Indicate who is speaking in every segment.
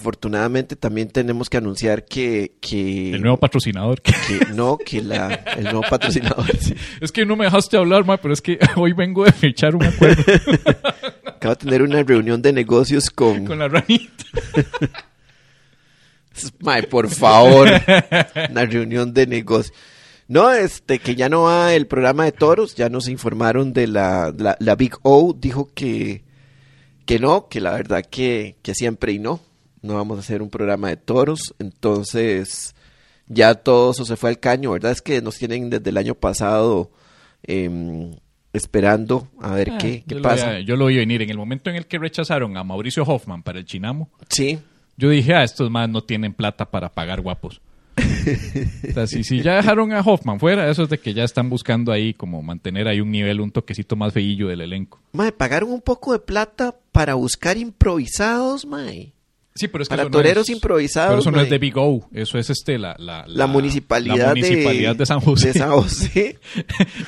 Speaker 1: desafortunadamente también tenemos que anunciar que... que
Speaker 2: El nuevo patrocinador.
Speaker 1: que no, que la, el nuevo patrocinador. sí.
Speaker 2: Es que no me dejaste hablar, ma, pero es que hoy vengo de fechar un acuerdo
Speaker 1: Acabo de tener una reunión de negocios con...
Speaker 2: con la ranita.
Speaker 1: Mae, por favor. Una reunión de negocios. No, este, que ya no va el programa de toros. Ya nos informaron de la, la, la Big O. Dijo que, que no, que la verdad que, que siempre y no. No vamos a hacer un programa de toros. Entonces, ya todo eso se fue al caño, ¿verdad? Es que nos tienen desde el año pasado em, esperando a ver qué, qué
Speaker 2: yo Ah, Lo
Speaker 1: pasa.
Speaker 2: vi, yo lo vi venir. En el momento en el que rechazaron a Mauricio Hoffman para el Chinamo,
Speaker 1: Sí,
Speaker 2: yo dije, ah, estos más no tienen plata para pagar guapos. o sea, si, si ya dejaron a Hoffman fuera, eso es de que ya están buscando ahí como mantener ahí un nivel, un toquecito más feillo del elenco.
Speaker 1: mae, pagaron un poco de plata para buscar improvisados, mae.
Speaker 2: Sí, pero es que
Speaker 1: Para
Speaker 2: eso no
Speaker 1: toreros
Speaker 2: es-
Speaker 1: improvisados.
Speaker 2: Pero eso no
Speaker 1: mae.
Speaker 2: es de Big O, eso es este, la, la,
Speaker 1: la, municipalidad,
Speaker 2: la municipalidad de, San José.
Speaker 1: de San José.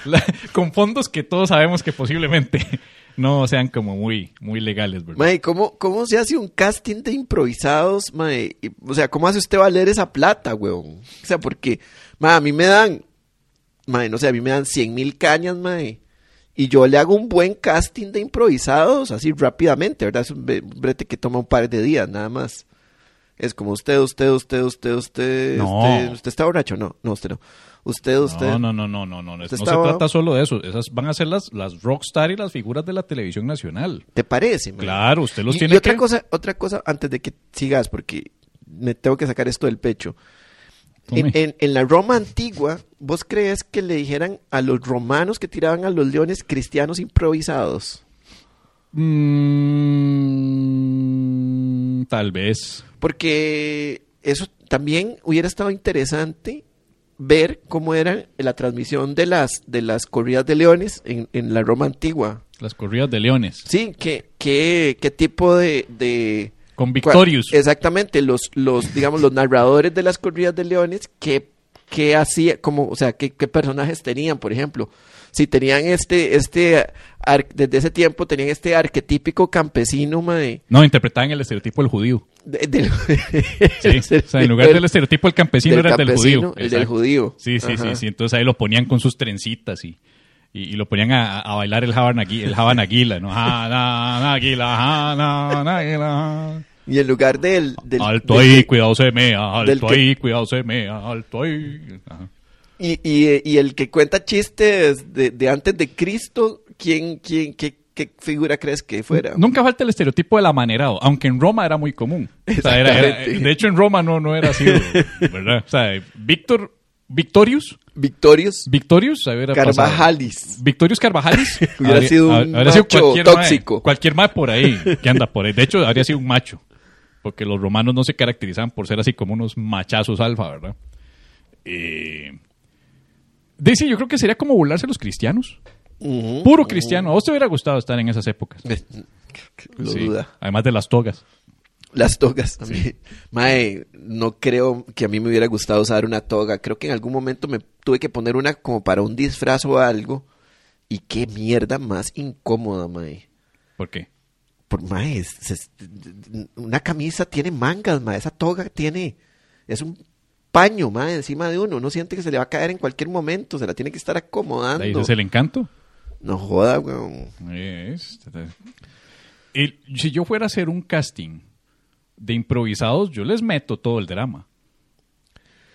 Speaker 2: La- con fondos que todos sabemos que posiblemente no sean como muy, muy legales, ¿verdad?
Speaker 1: Mae, ¿cómo, ¿cómo se hace un casting de improvisados, mae? Y, O sea, ¿cómo hace usted valer esa plata, weón? O sea, porque, mae, a mí me dan, mae, no sé, a mí me dan 100 mil cañas, mae. Y yo le hago un buen casting de improvisados, así rápidamente, ¿verdad? Es un be- un brete que toma un par de días, nada más. Es como usted, usted, usted, usted, usted,
Speaker 2: No.
Speaker 1: usted, usted está borracho, no, no, usted no. Usted, usted.
Speaker 2: No, no, no, no, no, no. No
Speaker 1: Usted
Speaker 2: se
Speaker 1: estaba-
Speaker 2: trata solo de eso. Esas van a ser las, las rockstar y las figuras de la televisión nacional.
Speaker 1: ¿Te parece? mae?
Speaker 2: Claro, usted los
Speaker 1: y,
Speaker 2: tiene
Speaker 1: y otra
Speaker 2: que-
Speaker 1: cosa, otra cosa antes de que sigas, porque me tengo que sacar esto del pecho. En,
Speaker 2: Tome.
Speaker 1: en- en la Roma antigua, ¿vos crees que le dijeran a los romanos que tiraban a los leones cristianos improvisados?
Speaker 2: Mm, tal vez.
Speaker 1: Porque eso también hubiera estado interesante ver cómo era la transmisión de las, de las corridas de leones en, en la Roma antigua.
Speaker 2: Las corridas de leones.
Speaker 1: Sí, ¿qué, qué, qué tipo de... de-
Speaker 2: Con Victorious.
Speaker 1: Cua- Exactamente, los, los, digamos, los narradores de las corridas de leones, ¿qué, qué hacía, como, o sea, qué, qué personajes tenían, por ejemplo? Si tenían este, este, ar- desde ese tiempo tenían este arquetípico campesino, mae,
Speaker 2: No, interpretaban el estereotipo del judío.
Speaker 1: de- del-
Speaker 2: Sí. o sea, en lugar del estereotipo, el campesino
Speaker 1: del
Speaker 2: era el del
Speaker 1: campesino,
Speaker 2: judío.
Speaker 1: el del
Speaker 2: Exacto.
Speaker 1: judío.
Speaker 2: Sí, sí,
Speaker 1: Ajá.
Speaker 2: sí, sí. Entonces ahí lo ponían con sus trencitas y, y, y lo ponían a, a bailar el jabanaguila, el jabanaguila, ¿no? Jabanaguila, jabanaguila.
Speaker 1: Y en lugar del... del-
Speaker 2: Alto
Speaker 1: del-
Speaker 2: ahí, cuidado se mea,
Speaker 1: del
Speaker 2: alto
Speaker 1: que-
Speaker 2: ahí, cuidado se mea, alto ahí. Ajá.
Speaker 1: Y, y, y el que cuenta chistes de, de antes de Cristo, ¿quién, quién, qué, qué figura crees que fuera?
Speaker 2: Nunca falta el estereotipo del amanerado, aunque en Roma era muy común. O sea, era- era-
Speaker 1: Exactamente.
Speaker 2: de hecho, en Roma no, no era así, ¿verdad? O sea, Víctor, Victorius,
Speaker 1: Victorios
Speaker 2: Victorius, a ver, ha pasado.
Speaker 1: Carvajalis.
Speaker 2: Victorius Carvajalis
Speaker 1: Hubiera
Speaker 2: habría-
Speaker 1: sido un
Speaker 2: hab- habría sido
Speaker 1: macho
Speaker 2: cualquier mae,
Speaker 1: tóxico.
Speaker 2: cualquier mae por ahí que anda por ahí. De hecho, habría sido un macho. Porque los romanos no se caracterizaban por ser así como unos machazos alfa, ¿verdad? Eh, dice, yo creo que sería como burlarse a los cristianos.
Speaker 1: Ujú.
Speaker 2: Puro cristiano. ¿A vos te hubiera gustado estar en esas épocas?
Speaker 1: Lo
Speaker 2: Sí.
Speaker 1: duda.
Speaker 2: Además de las togas.
Speaker 1: Las togas también. Mae, no creo que a mí me hubiera gustado usar una toga. Creo que en algún momento me tuve que poner una como para un disfraz o algo. Y qué mierda más incómoda, mae.
Speaker 2: ¿Por qué?
Speaker 1: Por mae, es- es- una camisa tiene mangas, mae. Esa toga tiene. Es un paño, mae, encima de uno. Uno siente que se le va a caer en cualquier momento. Se la tiene que estar acomodando.
Speaker 2: Ahí es el encanto.
Speaker 1: No joda, weón.
Speaker 2: Es- El- si yo fuera a hacer un casting de improvisados, yo les meto todo el drama.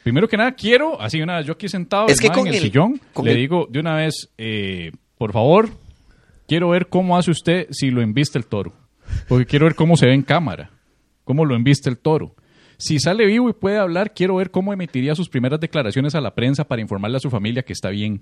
Speaker 2: Primero que nada, quiero, así de una vez, yo aquí sentado
Speaker 1: Es
Speaker 2: el
Speaker 1: que
Speaker 2: man
Speaker 1: con
Speaker 2: en el
Speaker 1: el-
Speaker 2: sillón,
Speaker 1: con
Speaker 2: le
Speaker 1: el-
Speaker 2: digo de una vez, eh, por favor, quiero ver cómo hace usted si lo embiste el toro. Porque quiero ver cómo se ve en cámara, cómo lo embiste el toro. Si sale vivo y puede hablar, quiero ver cómo emitiría sus primeras declaraciones a la prensa para informarle a su familia que está bien.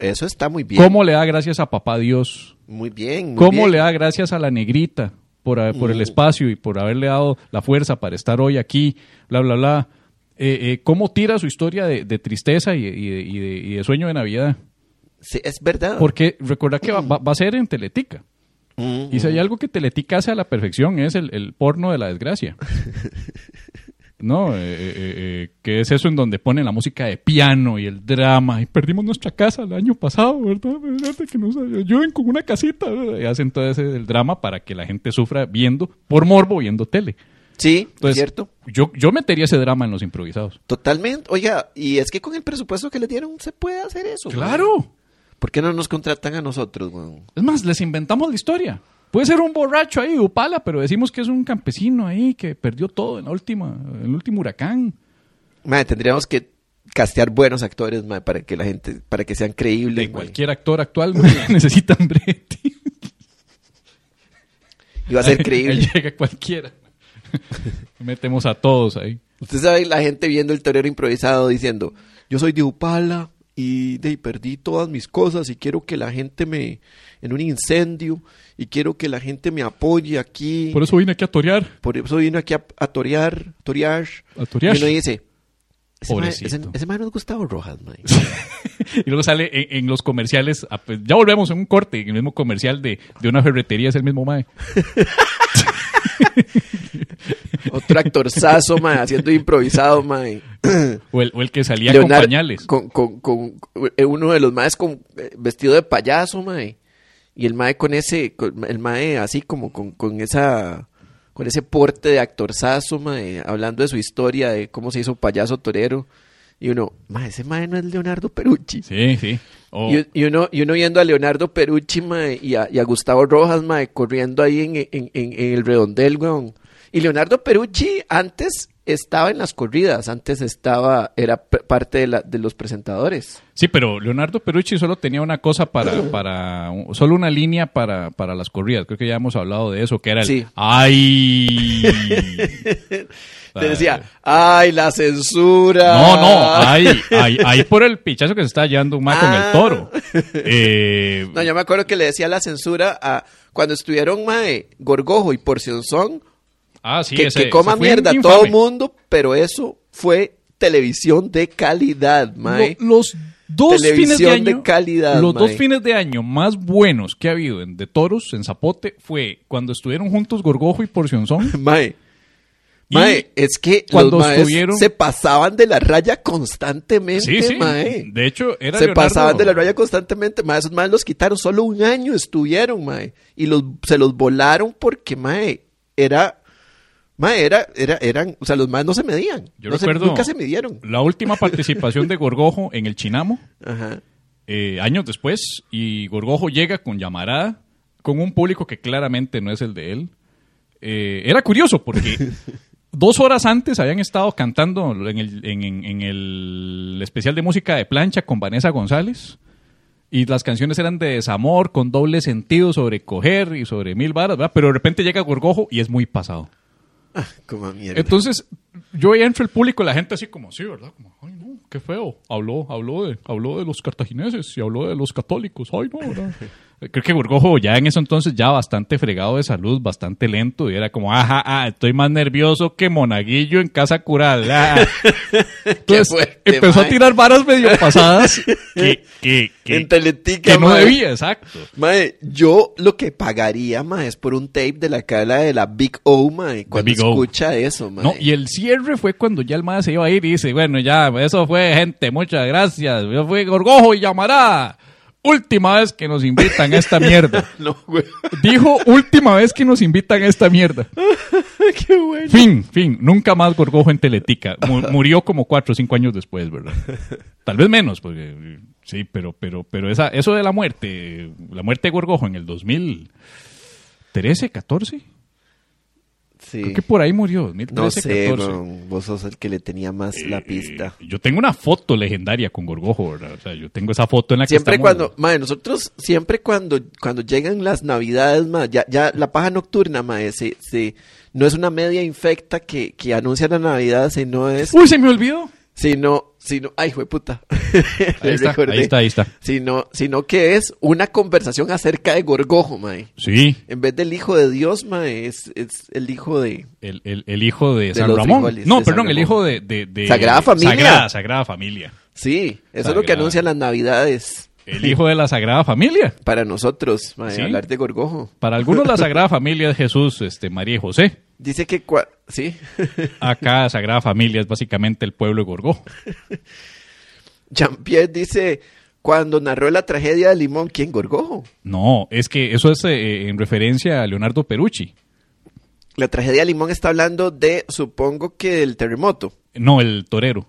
Speaker 1: Eso está muy bien.
Speaker 2: ¿Cómo le da gracias a papá Dios?
Speaker 1: Muy bien. muy
Speaker 2: ¿Cómo
Speaker 1: bien.
Speaker 2: le da gracias a la negrita por, haber- por el espacio y por haberle dado la fuerza para estar hoy aquí? Bla, bla, bla. Eh, eh, ¿Cómo tira su historia de, de tristeza y, y de, y de- y de sueño de Navidad?
Speaker 1: Sí, es verdad.
Speaker 2: Porque recuerda que va, va- va a ser en Teletica.
Speaker 1: Mm,
Speaker 2: Y si hay algo que Teletica hace a la perfección es el, el porno de la desgracia. No, eh, eh, eh, eh, que es eso en donde ponen la música de piano y el drama. Y perdimos nuestra casa el año pasado, ¿verdad? ¿Verdad? Que nos ayuden con una casita. ¿verdad? Y hacen todo ese el drama para que la gente sufra viendo, por morbo, viendo tele.
Speaker 1: Sí,
Speaker 2: Entonces,
Speaker 1: cierto.
Speaker 2: Yo, yo metería ese drama en los improvisados.
Speaker 1: Totalmente. Oiga, y es que con el presupuesto que le dieron se puede hacer eso. weón.
Speaker 2: ¡Claro!
Speaker 1: ¿Por qué no nos contratan a nosotros, weón?
Speaker 2: Es más, les inventamos la historia. Puede ser un borracho ahí, Upala, pero decimos que es un campesino ahí que perdió todo en la última, en el último huracán.
Speaker 1: Madre, tendríamos que castear buenos actores, madre, para que la gente, para que sean creíbles.
Speaker 2: De
Speaker 1: madre.
Speaker 2: cualquier actor actual mae, necesita brete.
Speaker 1: Y va a ser
Speaker 2: Ahí
Speaker 1: creíble.
Speaker 2: llega cualquiera. Metemos a todos ahí.
Speaker 1: Usted sabe la gente viendo el torero improvisado diciendo, yo soy de Upala y de, ahí perdí todas mis cosas y quiero que la gente me, en un incendio, y quiero que la gente me apoye aquí.
Speaker 2: Por eso vine aquí a torear.
Speaker 1: Por eso vino aquí a, a torear, torear.
Speaker 2: A torear.
Speaker 1: Y uno dice, ese mae-
Speaker 2: Pobrecito.
Speaker 1: ese, ese mae no es Gustavo Rojas, mae.
Speaker 2: Y luego sale en, en los comerciales. ah, pues, Ya volvemos en un corte, en el mismo comercial de, de una ferretería, es el mismo mae.
Speaker 1: Otro actorzazo, mae, haciendo improvisado, mae.
Speaker 2: O el, o el que salía con
Speaker 1: Leonardo-
Speaker 2: pañales.
Speaker 1: Con, con- con- eh, uno de los maes con, eh, vestido de payaso, mae. Y el mae con ese, con- el mae así como con, con esa, con ese porte de actorzazo, mae, hablando de su historia, de cómo se hizo payaso torero. Y uno, mae, ese mae no es Leonardo Perucci.
Speaker 2: Sí, sí. O-
Speaker 1: Y, y uno, y uno viendo a Leonardo Perucci mae, y, a, y a Gustavo Rojas mae, corriendo ahí en, en- en- en el redondel, weón. Y Leonardo Perucci antes estaba en las corridas, antes estaba, era p- parte de, la- de los presentadores.
Speaker 2: Sí, pero Leonardo Perucci solo tenía una cosa para, para solo una línea para, para las corridas. Creo que ya hemos hablado de eso, que era el
Speaker 1: Sí.
Speaker 2: ¡Ay!
Speaker 1: Te decía, ¡ay, la censura!
Speaker 2: No, no,
Speaker 1: Ah.
Speaker 2: ¡ay! ¡Ay! ¡Ay! Por el pichazo que se está llevando un ma con el toro. Eh,
Speaker 1: No, yo me acuerdo que le decía la censura a cuando estuvieron mae, Gorgojo y Porcionzón,
Speaker 2: ah, sí,
Speaker 1: que,
Speaker 2: ese-
Speaker 1: que coma
Speaker 2: ese fue
Speaker 1: mierda
Speaker 2: infame.
Speaker 1: todo mundo, pero eso fue televisión de calidad, mae.
Speaker 2: Lo- los dos fines de
Speaker 1: Televisión
Speaker 2: año.
Speaker 1: de calidad,
Speaker 2: los dos
Speaker 1: mae.
Speaker 2: fines de año más buenos que ha habido en, de toros en Zapote fue cuando estuvieron juntos Gorgojo y Porcionzón.
Speaker 1: Mae.
Speaker 2: Y
Speaker 1: Mae, es que
Speaker 2: cuando
Speaker 1: los maes
Speaker 2: estuvieron-
Speaker 1: se pasaban de la raya constantemente,
Speaker 2: Sí, sí.
Speaker 1: mae.
Speaker 2: De hecho, era
Speaker 1: se
Speaker 2: Leonardo-
Speaker 1: pasaban de la raya constantemente, mae. Esos maes los quitaron, solo un año estuvieron, mae. Y los, se los volaron porque, mae, era... Mae, era, era, eran... O sea, los maes no se medían.
Speaker 2: Yo
Speaker 1: No se-
Speaker 2: recuerdo
Speaker 1: nunca se midieron.
Speaker 2: la última participación de Gorgojo en el Chinamo,
Speaker 1: Ajá.
Speaker 2: eh, años después, y Gorgojo llega con llamarada, con un público que claramente no es el de él. Eh, era curioso porque dos horas antes habían estado cantando en el, en- en- en el especial de música de plancha con Vanessa González. Y las canciones eran de desamor, con doble sentido, sobre coger y sobre mil varas, ¿verdad? Pero de repente llega Gorgojo y es muy pasado.
Speaker 1: Ah, como mierda.
Speaker 2: Entonces, yo veía entre el público la gente así como, sí, ¿verdad? Como, ay, no, qué feo. Habló, habló de, habló de los cartagineses y habló de los católicos. Ay, no, ¿verdad? Creo que Gorgojo ya en eso entonces ya bastante fregado de salud, bastante lento y era como, ajá, ah, estoy más nervioso que monaguillo en casa cural. ah". Entonces,
Speaker 1: fuerte,
Speaker 2: empezó a
Speaker 1: mae.
Speaker 2: tirar varas medio pasadas que, que, que-
Speaker 1: en Teletica,
Speaker 2: que no
Speaker 1: mae.
Speaker 2: debía, exacto.
Speaker 1: Mae, yo lo que pagaría, mae, es por un tape de la cara de la Big O, mae, cuando
Speaker 2: Big O.
Speaker 1: escucha eso, mae.
Speaker 2: No, y el cierre fue cuando ya el mae se iba a ir y dice, bueno, ya, eso fue, gente, muchas gracias. Yo fui Gorgojo y llamará. Última vez que nos invitan a esta mierda.
Speaker 1: No, güey.
Speaker 2: Dijo, última vez que nos invitan a esta mierda.
Speaker 1: Qué bueno.
Speaker 2: Fin, fin. Nunca más Gorgojo en Teletica. Mu- murió como cuatro o cinco años después, ¿verdad? Tal vez menos, porque sí, pero, pero, pero esa, eso de la muerte, la muerte de Gorgojo en el 2013, 14,
Speaker 1: Sí.
Speaker 2: creo que por ahí murió, 2013,
Speaker 1: No sé,
Speaker 2: 14.
Speaker 1: weón, vos sos el que le tenía más la pista.
Speaker 2: Eh, Yo tengo una foto legendaria con Gorgojo, ¿verdad? O sea, yo tengo esa foto en la
Speaker 1: Siempre
Speaker 2: que
Speaker 1: cuando,
Speaker 2: estamos-
Speaker 1: mae, nosotros, siempre cuando, cuando llegan las navidades, mae, ya, ya la paja nocturna, mae, se, se- no es una media infecta que, que anuncia la navidad, sino es,
Speaker 2: ¡Uy, se me olvidó!
Speaker 1: sino, sino, ay, jueputa.
Speaker 2: Ahí está, ahí está, ahí está.
Speaker 1: Sino, sino que es una conversación acerca de Gorgojo, mae.
Speaker 2: Sí,
Speaker 1: En vez del hijo de Dios, mae, es, es el hijo de...
Speaker 2: el, el- el hijo de,
Speaker 1: De
Speaker 2: San
Speaker 1: los
Speaker 2: Ramón.
Speaker 1: frijoles,
Speaker 2: no,
Speaker 1: de San
Speaker 2: perdón, el
Speaker 1: Ramón.
Speaker 2: hijo de, de- de-
Speaker 1: Sagrada Familia.
Speaker 2: Sagrada, Sagrada Familia.
Speaker 1: Sí, eso es lo que
Speaker 2: Sagrado.
Speaker 1: anuncian las navidades
Speaker 2: El hijo de la Sagrada Familia.
Speaker 1: para nosotros, mae,
Speaker 2: Eh. Sí.
Speaker 1: hablar de Gorgojo.
Speaker 2: Para algunos la Sagrada Familia es Jesús, este, María y José.
Speaker 1: Dice que... cua- Sí.
Speaker 2: Acá Sagrada Familia es básicamente el pueblo de Gorgojo.
Speaker 1: Jean-Pierre dice, cuando narró la tragedia de Limón, ¿quién Gorgojo?
Speaker 2: No, es que eso es eh, en referencia a Leonardo Perucci.
Speaker 1: La tragedia de Limón está hablando de, supongo que del terremoto.
Speaker 2: No, el torero.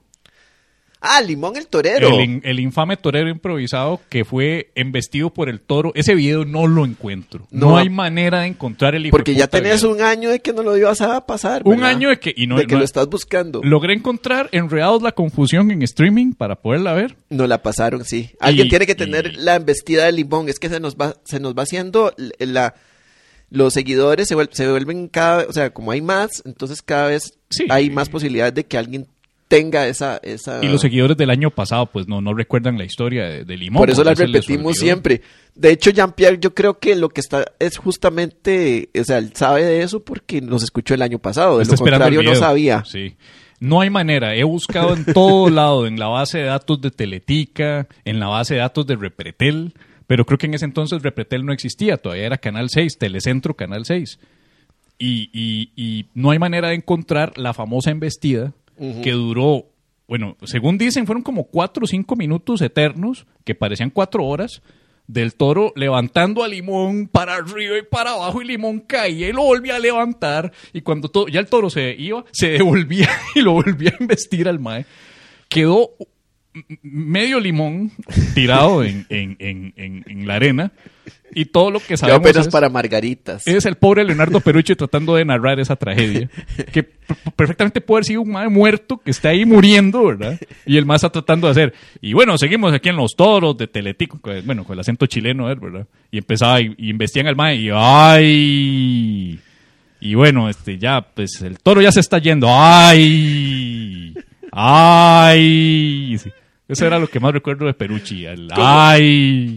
Speaker 1: Ah, Limón el torero.
Speaker 2: El, in- el infame torero improvisado que fue embestido por el toro. Ese video no lo encuentro. No,
Speaker 1: No.
Speaker 2: hay manera de encontrar el hijo
Speaker 1: Porque
Speaker 2: de
Speaker 1: ya
Speaker 2: puta
Speaker 1: tenés
Speaker 2: video.
Speaker 1: un año de que no lo ibas a pasar.
Speaker 2: Un
Speaker 1: ¿verdad?
Speaker 2: año de que- y no-
Speaker 1: de que
Speaker 2: no-
Speaker 1: lo estás buscando.
Speaker 2: Logré encontrar Enredados la Confusión en streaming para poderla ver.
Speaker 1: No la pasaron, sí. Alguien
Speaker 2: Y-
Speaker 1: tiene que tener
Speaker 2: y-
Speaker 1: la embestida de limón. Es que se nos va, se nos va haciendo l- eh, la los seguidores se, vuel- se vuelven cada vez, o sea, como hay más, entonces cada vez
Speaker 2: Sí.
Speaker 1: hay más posibilidades de que alguien tenga esa, esa
Speaker 2: Y los seguidores del año pasado, pues no, no recuerdan la historia de, de Limón.
Speaker 1: Por eso la
Speaker 2: porque se les
Speaker 1: repetimos
Speaker 2: olvidó.
Speaker 1: siempre. De hecho, Jean-Pierre, yo creo que lo que está es justamente, o sea, él sabe de eso porque nos escuchó el año pasado. De
Speaker 2: Está
Speaker 1: lo
Speaker 2: esperando el
Speaker 1: contrario, no
Speaker 2: video.
Speaker 1: sabía.
Speaker 2: Sí. No hay manera. He buscado en todo lado, en la base de datos de Teletica, en la base de datos de Repretel, pero creo que en ese entonces Repretel no existía, todavía era Canal 6, Telecentro Canal 6. Y, y- y no hay manera de encontrar la famosa embestida que duró, bueno, según dicen, fueron como cuatro o cinco minutos eternos, que parecían cuatro horas, del toro levantando a Limón para arriba y para abajo, y Limón caía y lo volvía a levantar, y cuando todo, ya el toro se iba, se devolvía y lo volvía a embestir al mae. Quedó m- medio limón tirado en, en- en- en- en la arena, y todo lo que
Speaker 1: Yo
Speaker 2: sabemos
Speaker 1: apenas
Speaker 2: es-
Speaker 1: para margaritas.
Speaker 2: es el pobre Leonardo Perucci tratando de narrar esa tragedia. Que p- perfectamente puede haber sido un mae muerto que está ahí muriendo, ¿verdad? Y el mae está tratando de hacer. Y bueno, seguimos aquí en Los Toros de Teletico. con- Bueno, con el acento chileno, él, ¿verdad? Y empezaba y, y investían al mae y ¡ay! Y bueno, este ya, pues el toro ya se está yendo. ¡Ay! ¡Ay! Sí. Eso era lo que más recuerdo de Perucci. El ¡Ay!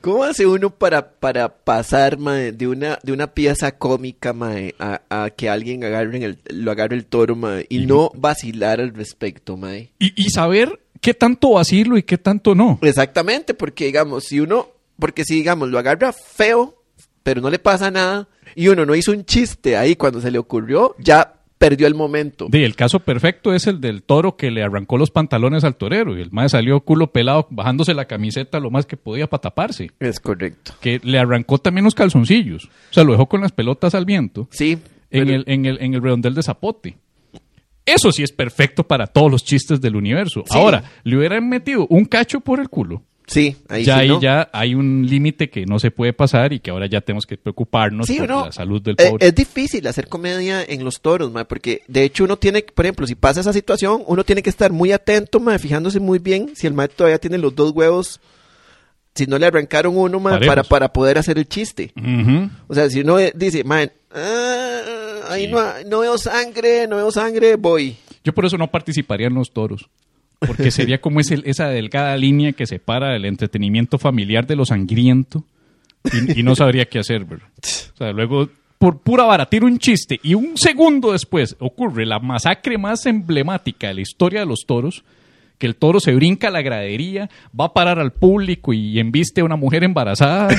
Speaker 1: ¿Cómo hace uno para, para pasar mae, de una de una pieza cómica mae, a, a que alguien agarre en el, lo agarre el toro mae, y no vacilar al respecto, mae?
Speaker 2: Y, y saber qué tanto vacilo y qué tanto no.
Speaker 1: Exactamente, porque digamos, si uno, porque si digamos, lo agarra feo, pero no le pasa nada, y uno no hizo un chiste ahí cuando se le ocurrió, ya perdió el momento.
Speaker 2: De, el caso perfecto es el del toro que le arrancó los pantalones al torero y el mae salió culo pelado bajándose la camiseta lo más que podía para taparse.
Speaker 1: Es correcto.
Speaker 2: Que le arrancó también los calzoncillos. O sea, lo dejó con las pelotas al viento
Speaker 1: Sí.
Speaker 2: en,
Speaker 1: pero-
Speaker 2: el, en, el, en el redondel de zapote. Eso sí es perfecto para todos los chistes del universo.
Speaker 1: Sí.
Speaker 2: Ahora, le hubieran metido un cacho por el culo.
Speaker 1: Sí, ahí
Speaker 2: ya
Speaker 1: sí,
Speaker 2: ahí
Speaker 1: ¿no?
Speaker 2: ya hay un límite que no se puede pasar y que ahora ya tenemos que preocuparnos
Speaker 1: Sí,
Speaker 2: por
Speaker 1: uno-
Speaker 2: la salud del
Speaker 1: eh,
Speaker 2: pobre.
Speaker 1: Es, difícil hacer comedia en los toros, mae, porque de hecho uno tiene, que- por ejemplo, si pasa esa situación, uno tiene que estar muy atento, mae, fijándose muy bien si el mae todavía tiene los dos huevos, si no le arrancaron uno, mae,
Speaker 2: Parejos.
Speaker 1: para, para poder hacer el chiste.
Speaker 2: Ujú.
Speaker 1: O sea, si uno eh, dice, mae, ah, ahí
Speaker 2: Sí.
Speaker 1: no, ha- no veo sangre, no veo sangre, voy.
Speaker 2: Yo por eso no participaría en los toros. Porque sería como ese- esa delgada línea que separa el entretenimiento familiar de lo sangriento. Y, y no sabría qué hacer, bro. O sea, luego, por pura baratir un chiste, y un segundo después ocurre la masacre más emblemática de la historia de los toros, que el toro se brinca a la gradería, va a parar al público y embiste a una mujer embarazada.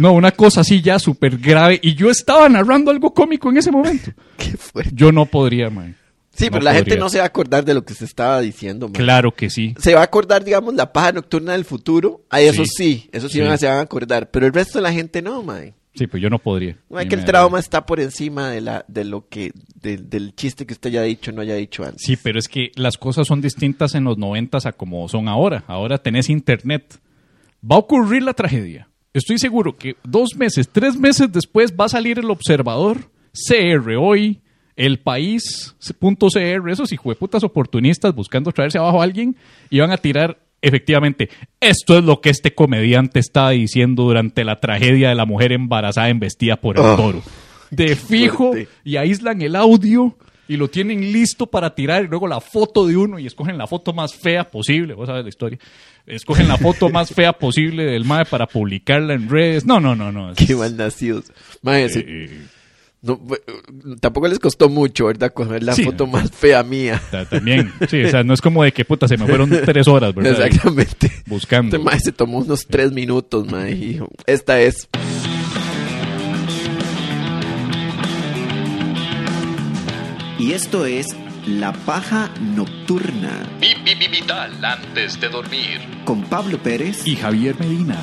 Speaker 2: No, una cosa así ya súper grave. Y yo estaba narrando algo cómico en ese momento.
Speaker 1: Qué fuerte.
Speaker 2: Yo no podría, man.
Speaker 1: Sí,
Speaker 2: No
Speaker 1: pero la gente
Speaker 2: podría.
Speaker 1: no se va a acordar de lo que se estaba diciendo, mae.
Speaker 2: Claro que sí.
Speaker 1: se va a acordar, digamos, la paja nocturna del futuro. A eso
Speaker 2: Sí.
Speaker 1: sí, eso sí,
Speaker 2: Sí.
Speaker 1: van a- se van a acordar. Pero el resto de la gente no, mae.
Speaker 2: Sí, pero yo no podría.
Speaker 1: No es
Speaker 2: Ni
Speaker 1: que el
Speaker 2: me
Speaker 1: trauma está por encima de la de lo que de- del chiste que usted haya dicho no haya dicho antes.
Speaker 2: Sí, pero es que las cosas son distintas en los noventas a como son ahora. Ahora tenés internet. Va a ocurrir la tragedia. Estoy seguro que dos meses, tres meses después va a salir el observador, CR hoy, el país, punto CR, esos hijueputas oportunistas buscando traerse abajo a alguien y van a tirar efectivamente. Esto es lo que este comediante estaba diciendo durante la tragedia de la mujer embarazada embestida por el
Speaker 1: Ah.
Speaker 2: toro. De fijo,
Speaker 1: fuerte.
Speaker 2: y aíslan el audio y lo tienen listo para tirar y luego la foto de uno y escogen la foto más fea posible, vos sabes la historia. Escogen la foto más fea posible del MAE para publicarla en redes. No, no, no, no. Es-
Speaker 1: Qué malnacidos. Mae, sí,
Speaker 2: eh,
Speaker 1: no, fue- tampoco les costó mucho, ¿verdad? Coger la
Speaker 2: Sí.
Speaker 1: foto más fea mía.
Speaker 2: ta- también, sí, o sea, no es como de que puta, se me fueron tres horas, ¿verdad?
Speaker 1: Exactamente.
Speaker 2: Buscando.
Speaker 1: Este mae se tomó unos tres minutos, mae. y dijo, Esta es.
Speaker 3: Y esto es La Paja Nocturna
Speaker 2: vital antes de dormir.
Speaker 3: con Pablo Pérez.
Speaker 2: Y Javier Medina,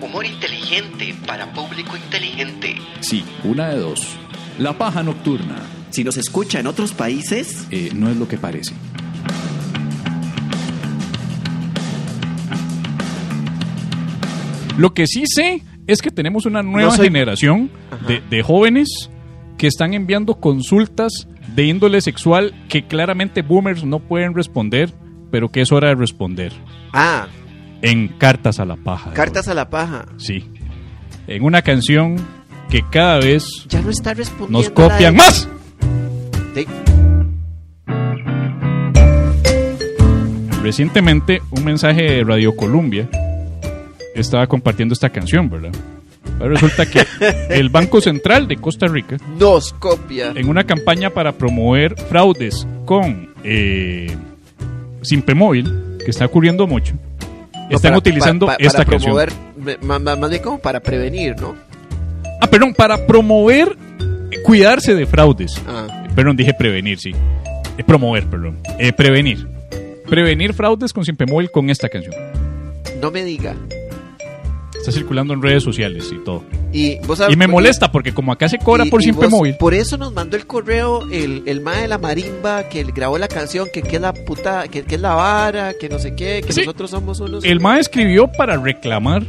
Speaker 3: Humor inteligente para público inteligente.
Speaker 2: sí, una de dos.
Speaker 4: La paja nocturna
Speaker 3: Si nos escucha en otros países,
Speaker 4: eh, no es lo que parece.
Speaker 2: Lo que sí sé es que tenemos una nueva
Speaker 1: No soy-
Speaker 2: generación de, de jóvenes que están enviando consultas de índole sexual que claramente boomers no pueden responder, pero que es hora de responder.
Speaker 1: Ah,
Speaker 2: En Cartas a la Paja.
Speaker 1: cartas a la paja.
Speaker 2: Sí. En una canción que cada vez
Speaker 1: Ya no está respondiendo.
Speaker 2: nos
Speaker 1: la
Speaker 2: copian
Speaker 1: de-
Speaker 2: más.
Speaker 1: Sí.
Speaker 2: Recientemente, un mensaje de Radio Colombia estaba compartiendo esta canción, ¿verdad? Pero resulta que el Banco Central de Costa Rica,
Speaker 1: Nos copia.
Speaker 2: en una campaña para promover fraudes con eh, Simpemóvil, que está ocurriendo mucho,
Speaker 1: No,
Speaker 2: están
Speaker 1: para-
Speaker 2: utilizando
Speaker 1: pa- pa-
Speaker 2: esta
Speaker 1: para
Speaker 2: canción.
Speaker 1: promover, me- ma- ma- más bien como para prevenir, ¿no?
Speaker 2: Ah, perdón, para promover, eh, cuidarse de fraudes.
Speaker 1: Ah,
Speaker 2: Perdón, dije prevenir, sí. Eh, promover, perdón. Eh, prevenir. Prevenir fraudes con Simpemóvil con esta canción.
Speaker 1: no me diga.
Speaker 2: Está circulando en redes sociales y todo.
Speaker 1: Y, vos sabes-
Speaker 2: Y me molesta porque como acá se cobra
Speaker 1: y-
Speaker 2: por
Speaker 1: y
Speaker 2: simple
Speaker 1: vos-
Speaker 2: móvil.
Speaker 1: Por eso nos mandó el correo el, el mae de la marimba que él grabó la canción, que, que es la puta, que, que es la vara, que no sé qué, que
Speaker 2: Sí.
Speaker 1: nosotros somos unos.
Speaker 2: El MAE escribió para reclamar.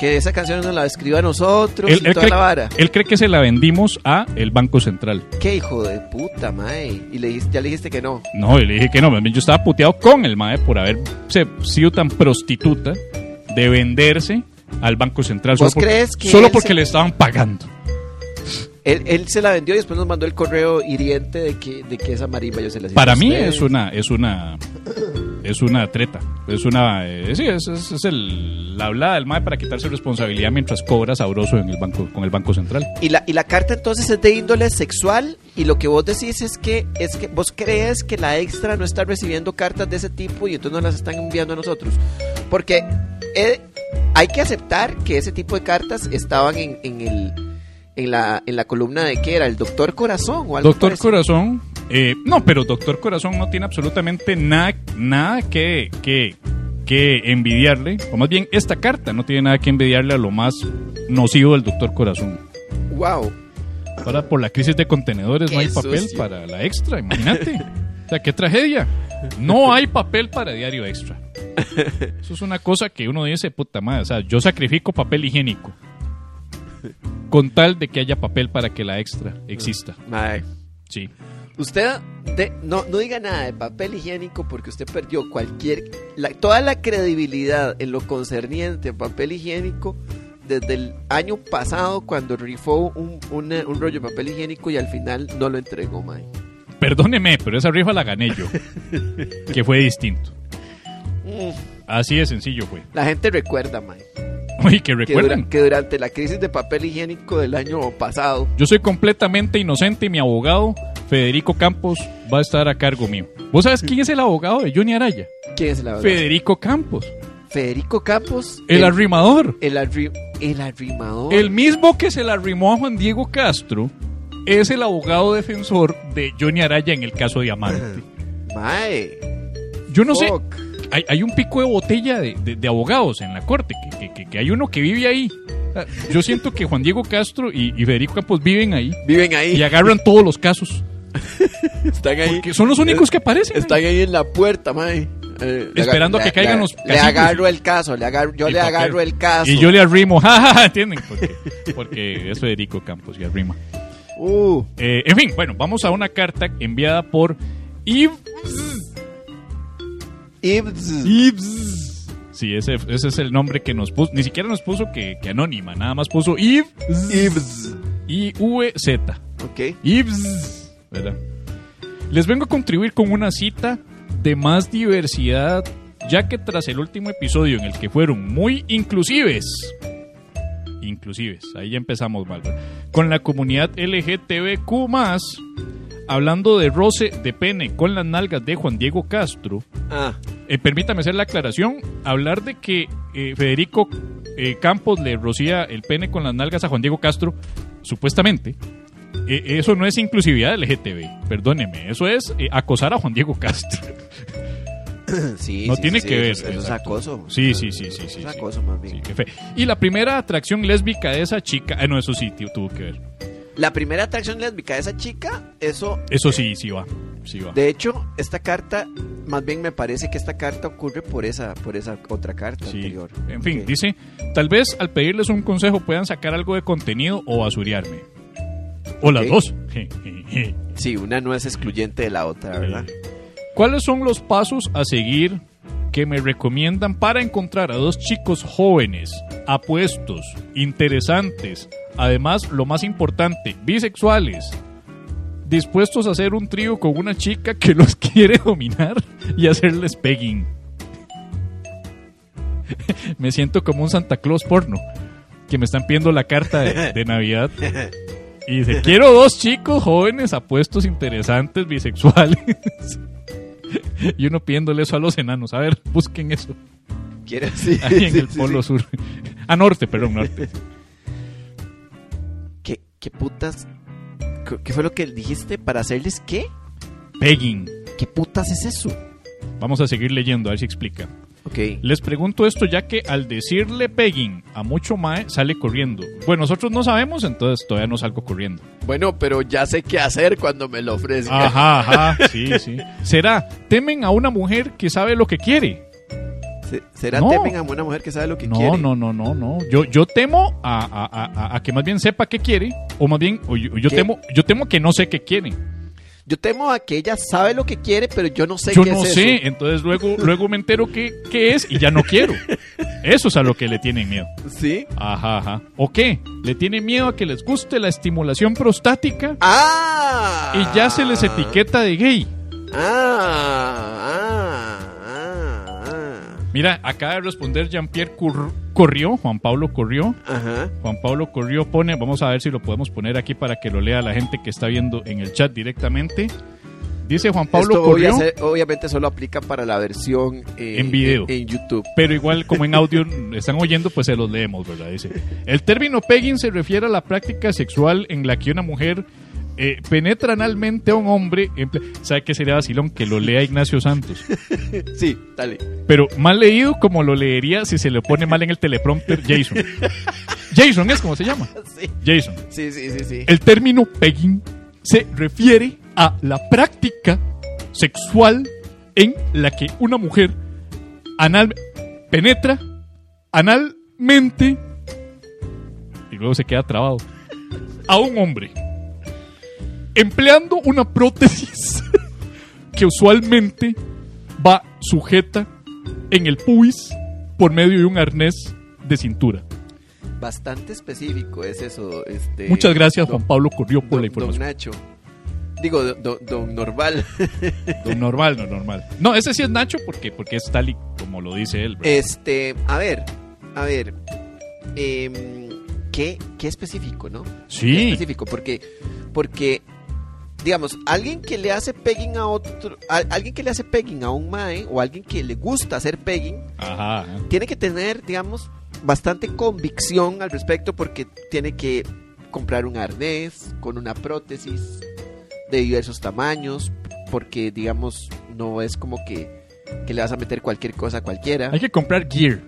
Speaker 1: Que esa canción nos la escriba a nosotros
Speaker 2: Él,
Speaker 1: y
Speaker 2: él
Speaker 1: toda
Speaker 2: cree,
Speaker 1: la vara.
Speaker 2: él cree que se la vendimos a el Banco Central.
Speaker 1: Qué hijo de puta, mae. Y le dijiste, ya le dijiste que no.
Speaker 2: No, yo le dije que no. más bien Yo estaba puteado con el MAE por haber se- sido tan prostituta de venderse al Banco Central.
Speaker 1: ¿Vos
Speaker 2: solo
Speaker 1: crees
Speaker 2: porque,
Speaker 1: que
Speaker 2: solo
Speaker 1: él
Speaker 2: porque
Speaker 1: se-
Speaker 2: le estaban pagando.
Speaker 1: Él, él se la vendió y después nos mandó el correo hiriente de que, de que esa marimba yo se la hice
Speaker 2: Para
Speaker 1: a
Speaker 2: mí
Speaker 1: ustedes.
Speaker 2: es una, es una, es una treta. Es una, eh, sí, es, es- es el, la hablada del MAE para quitarse responsabilidad mientras cobra sabroso en el banco, con el Banco Central.
Speaker 1: Y la, y la carta entonces es de índole sexual y lo que vos decís es que es que vos crees que la extra no está recibiendo cartas de ese tipo y entonces nos las están enviando a nosotros. Porque eh, hay que aceptar que ese tipo de cartas estaban en, en el en la, en la columna de que era el doctor corazón o algo
Speaker 2: Doctor
Speaker 1: parecido.
Speaker 2: Corazón, eh, no, pero Doctor Corazón no tiene absolutamente nada, nada que, que, que envidiarle, o más bien esta carta no tiene nada que envidiarle a lo más nocivo del Doctor Corazón.
Speaker 1: Wow.
Speaker 2: Ahora por la crisis de contenedores no
Speaker 1: Qué
Speaker 2: hay papel
Speaker 1: sucio.
Speaker 2: para la extra, imagínate. O sea, qué tragedia. No hay papel para diario extra. Eso es una cosa que uno dice, puta madre, o sea, yo sacrifico papel higiénico con tal de que haya papel para que la extra exista.
Speaker 1: Mae.
Speaker 2: Sí.
Speaker 1: Usted de- no, no diga nada de papel higiénico porque usted perdió cualquier la- toda la credibilidad en lo concerniente a papel higiénico desde el año pasado cuando rifó un, una- un rollo de papel higiénico y al final no lo entregó, Mae.
Speaker 2: Perdóneme, pero esa rifa la gané yo. que fue distinto. Así de sencillo fue.
Speaker 1: La gente recuerda, Mae,
Speaker 2: Oye,
Speaker 1: que,
Speaker 2: que
Speaker 1: dura-
Speaker 2: recuerdan.
Speaker 1: que durante la crisis de papel higiénico del año pasado,
Speaker 2: Yo soy completamente inocente y mi abogado, Federico Campos, va a estar a cargo mío. ¿Vos sabes quién es el abogado de Johnny Araya?
Speaker 1: ¿quién es la verdad?
Speaker 2: Federico Campos,
Speaker 1: Federico Campos,
Speaker 2: el arrimador.
Speaker 1: el, arri- el arrimador.
Speaker 2: El mismo que se la arrimó a Juan Diego Castro es el abogado defensor de Johnny Araya en el caso Diamante.
Speaker 1: Mae,
Speaker 2: Yo no sé,
Speaker 1: fuck.
Speaker 2: hay, hay un pico de botella de, de- de abogados en la corte, que, que- que- que hay uno que vive ahí. O sea, Yo siento que Juan Diego Castro y, y Federico Campos viven ahí
Speaker 1: Viven ahí,
Speaker 2: y agarran todos los casos,
Speaker 1: están ahí.
Speaker 2: que son los únicos que aparecen. ¿eh?
Speaker 1: Están ahí en la puerta, mae. Eh, le
Speaker 2: Esperando
Speaker 1: aga-
Speaker 2: a que
Speaker 1: le-
Speaker 2: caigan
Speaker 1: le-
Speaker 2: los
Speaker 1: Le
Speaker 2: caciques.
Speaker 1: agarro el caso, le agarro, yo
Speaker 2: Y
Speaker 1: le
Speaker 2: papel.
Speaker 1: agarro el caso.
Speaker 2: Y yo le arrimo, jajaja, ¿entienden? Porque, porque es Federico Campos y arrima.
Speaker 1: Uh,
Speaker 2: Eh, en fin, bueno, vamos a una carta enviada por Yves.
Speaker 1: Ibs.
Speaker 2: Yves. Sí, ese, ese es el nombre que nos puso. Ni siquiera nos puso que, que anónima, nada más puso Yves.
Speaker 1: Ibs.
Speaker 2: I-V-Z.
Speaker 1: Ok.
Speaker 2: Ibs, ¿verdad? Les vengo a contribuir con una cita de más diversidad, ya que tras el último episodio en el que fueron muy inclusives, inclusives, ahí ya empezamos mal, ¿verdad? con la comunidad LGTBQ+, hablando de roce de pene con las nalgas de Juan Diego Castro,
Speaker 1: Ah,
Speaker 2: eh, permítame hacer la aclaración, hablar de que eh, Federico eh, Campos le rocía el pene con las nalgas a Juan Diego Castro, supuestamente, eh, eso no es inclusividad LGTB, perdóneme, eso es eh, acosar a Juan Diego Castro.
Speaker 1: sí.
Speaker 2: No
Speaker 1: sí,
Speaker 2: tiene
Speaker 1: sí,
Speaker 2: que
Speaker 1: sí,
Speaker 2: ver,
Speaker 1: Eso, eso es
Speaker 2: exacto.
Speaker 1: acoso.
Speaker 2: Sí, sí, sí, sí, sí.
Speaker 1: Es
Speaker 2: sí.
Speaker 1: acoso, más bien.
Speaker 2: eh, Sí, qué fe. Y la primera atracción lésbica de esa chica, ah, no, eso sí, tío, tuvo que ver.
Speaker 1: La primera atracción lésbica de esa chica, eso
Speaker 2: Eso sí, sí va. Sí va.
Speaker 1: De hecho, esta carta, más bien me parece que esta carta ocurre por esa, por esa otra carta
Speaker 2: Sí.
Speaker 1: anterior.
Speaker 2: En fin,
Speaker 1: Ok.
Speaker 2: dice, tal vez al pedirles un consejo puedan sacar algo de contenido o basurearme. O las
Speaker 1: Ok.
Speaker 2: dos. Je, je, je.
Speaker 1: Sí, una no es excluyente de la otra, ¿verdad?
Speaker 2: ¿Cuáles son los pasos a seguir que me recomiendan para encontrar a dos chicos jóvenes, apuestos, interesantes, además lo más importante, bisexuales, dispuestos a hacer un trío con una chica que los quiere dominar y hacerles pegging? me siento como un Santa Claus porno que me están pidiendo la carta de, de Navidad. Y dice, quiero dos chicos jóvenes, apuestos, interesantes, bisexuales. Y uno pidiéndole eso a los enanos. A ver, busquen eso.
Speaker 1: Quiere sí,
Speaker 2: Ahí en
Speaker 1: sí,
Speaker 2: el
Speaker 1: sí,
Speaker 2: polo
Speaker 1: sí.
Speaker 2: sur. A norte, perdón, norte.
Speaker 1: ¿Qué, qué putas? ¿Qué- ¿Qué fue lo que dijiste? ¿Para hacerles qué?
Speaker 2: Pegging.
Speaker 1: ¿Qué putas es eso?
Speaker 2: Vamos a seguir leyendo, a ver si explica.
Speaker 1: Ok.
Speaker 2: Les pregunto esto ya que al decirle pegging a mucho mae sale corriendo. Bueno, nosotros no sabemos, entonces todavía no salgo corriendo.
Speaker 1: Bueno, pero ya sé qué hacer cuando me lo ofrezcan.
Speaker 2: Ajá, ajá, sí, sí. Será, temen a una mujer que sabe lo que quiere.
Speaker 1: Se- ¿Será
Speaker 2: No.
Speaker 1: temen a una mujer que sabe lo que
Speaker 2: No,
Speaker 1: quiere?
Speaker 2: no, no, no, no. Yo, yo temo a, a- a- a- a que más bien sepa qué quiere, o más bien, o yo, yo
Speaker 1: ¿Qué?
Speaker 2: temo, yo temo que no sé qué quiere.
Speaker 1: Yo temo a que ella sabe lo que quiere, pero yo no sé
Speaker 2: yo
Speaker 1: qué
Speaker 2: no
Speaker 1: es
Speaker 2: sé,
Speaker 1: eso.
Speaker 2: entonces luego, luego me entero qué, qué es y ya no quiero. Eso es a lo que le tienen miedo.
Speaker 1: ¿Sí?
Speaker 2: Ajá, ajá. ¿O qué? Le tienen miedo a que les guste la estimulación prostática
Speaker 1: ¡Ah!
Speaker 2: y ya se les etiqueta de gay.
Speaker 1: Ah, ah, ah, ah.
Speaker 2: Mira, acaba de responder Jean-Pierre Cur- Corrió, Juan Pablo Corrió.
Speaker 1: Ajá.
Speaker 2: Juan Pablo Corrió pone, vamos a ver si lo podemos poner aquí para que lo lea la gente que está viendo en el chat directamente. Dice Juan Pablo
Speaker 1: Esto
Speaker 2: Corrió,
Speaker 1: obvia- obviamente solo aplica para la versión eh,
Speaker 2: En video.
Speaker 1: En, en YouTube.
Speaker 2: pero igual como en audio están oyendo, pues se los leemos, ¿verdad? Dice, el término pegging se refiere a la práctica sexual en la que una mujer eh, penetra analmente a un hombre. en ple- ¿Sabe qué sería vacilón? Que lo lea Ignacio Santos.
Speaker 1: Sí, dale.
Speaker 2: Pero mal leído como lo leería si se le pone mal en el teleprompter Jason. Jason es como se llama.
Speaker 1: Sí,
Speaker 2: Jason.
Speaker 1: sí, sí, sí. sí.
Speaker 2: El término pegging se refiere a la práctica sexual en la que una mujer anal penetra analmente y luego se queda trabado a un hombre empleando una prótesis que usualmente va sujeta en el pubis por medio de un arnés de cintura.
Speaker 1: Bastante específico es eso. Este,
Speaker 2: Muchas gracias
Speaker 1: don-
Speaker 2: Juan Pablo Corrió por la
Speaker 1: don-
Speaker 2: información.
Speaker 1: Don Nacho. Digo, do- do- don Normal.
Speaker 2: Don normal, no normal. No, ese sí es Nacho porque, porque es tal y como lo dice él. ¿verdad?
Speaker 1: este, a ver, a ver. em, ¿qué, qué específico, ¿no? Qué
Speaker 2: sí,
Speaker 1: específico, porque, porque, digamos, alguien que le hace pegging a otro, a- alguien que le hace pegging a un mae o alguien que le gusta hacer pegging,
Speaker 2: ajá. ajá.
Speaker 1: tiene que tener, digamos, bastante convicción al respecto porque tiene que comprar un arnés con una prótesis de diversos tamaños porque, digamos, no es como que, que le vas a meter cualquier cosa a cualquiera.
Speaker 2: Hay que comprar gear.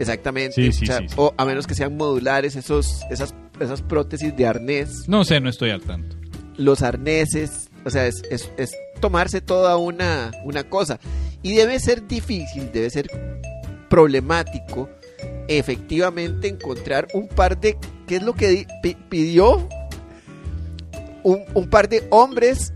Speaker 1: Exactamente.
Speaker 2: Sí, sí,
Speaker 1: o, sea,
Speaker 2: sí, sí.
Speaker 1: o a menos que sean modulares esos, esas, esas prótesis de arnés
Speaker 2: No sé, no estoy al tanto.
Speaker 1: los arneses, o sea, es, es- es tomarse toda una, una cosa. Y debe ser difícil, debe ser problemático efectivamente encontrar un par de, ¿qué es lo que di- pi- pidió? Un, un par de hombres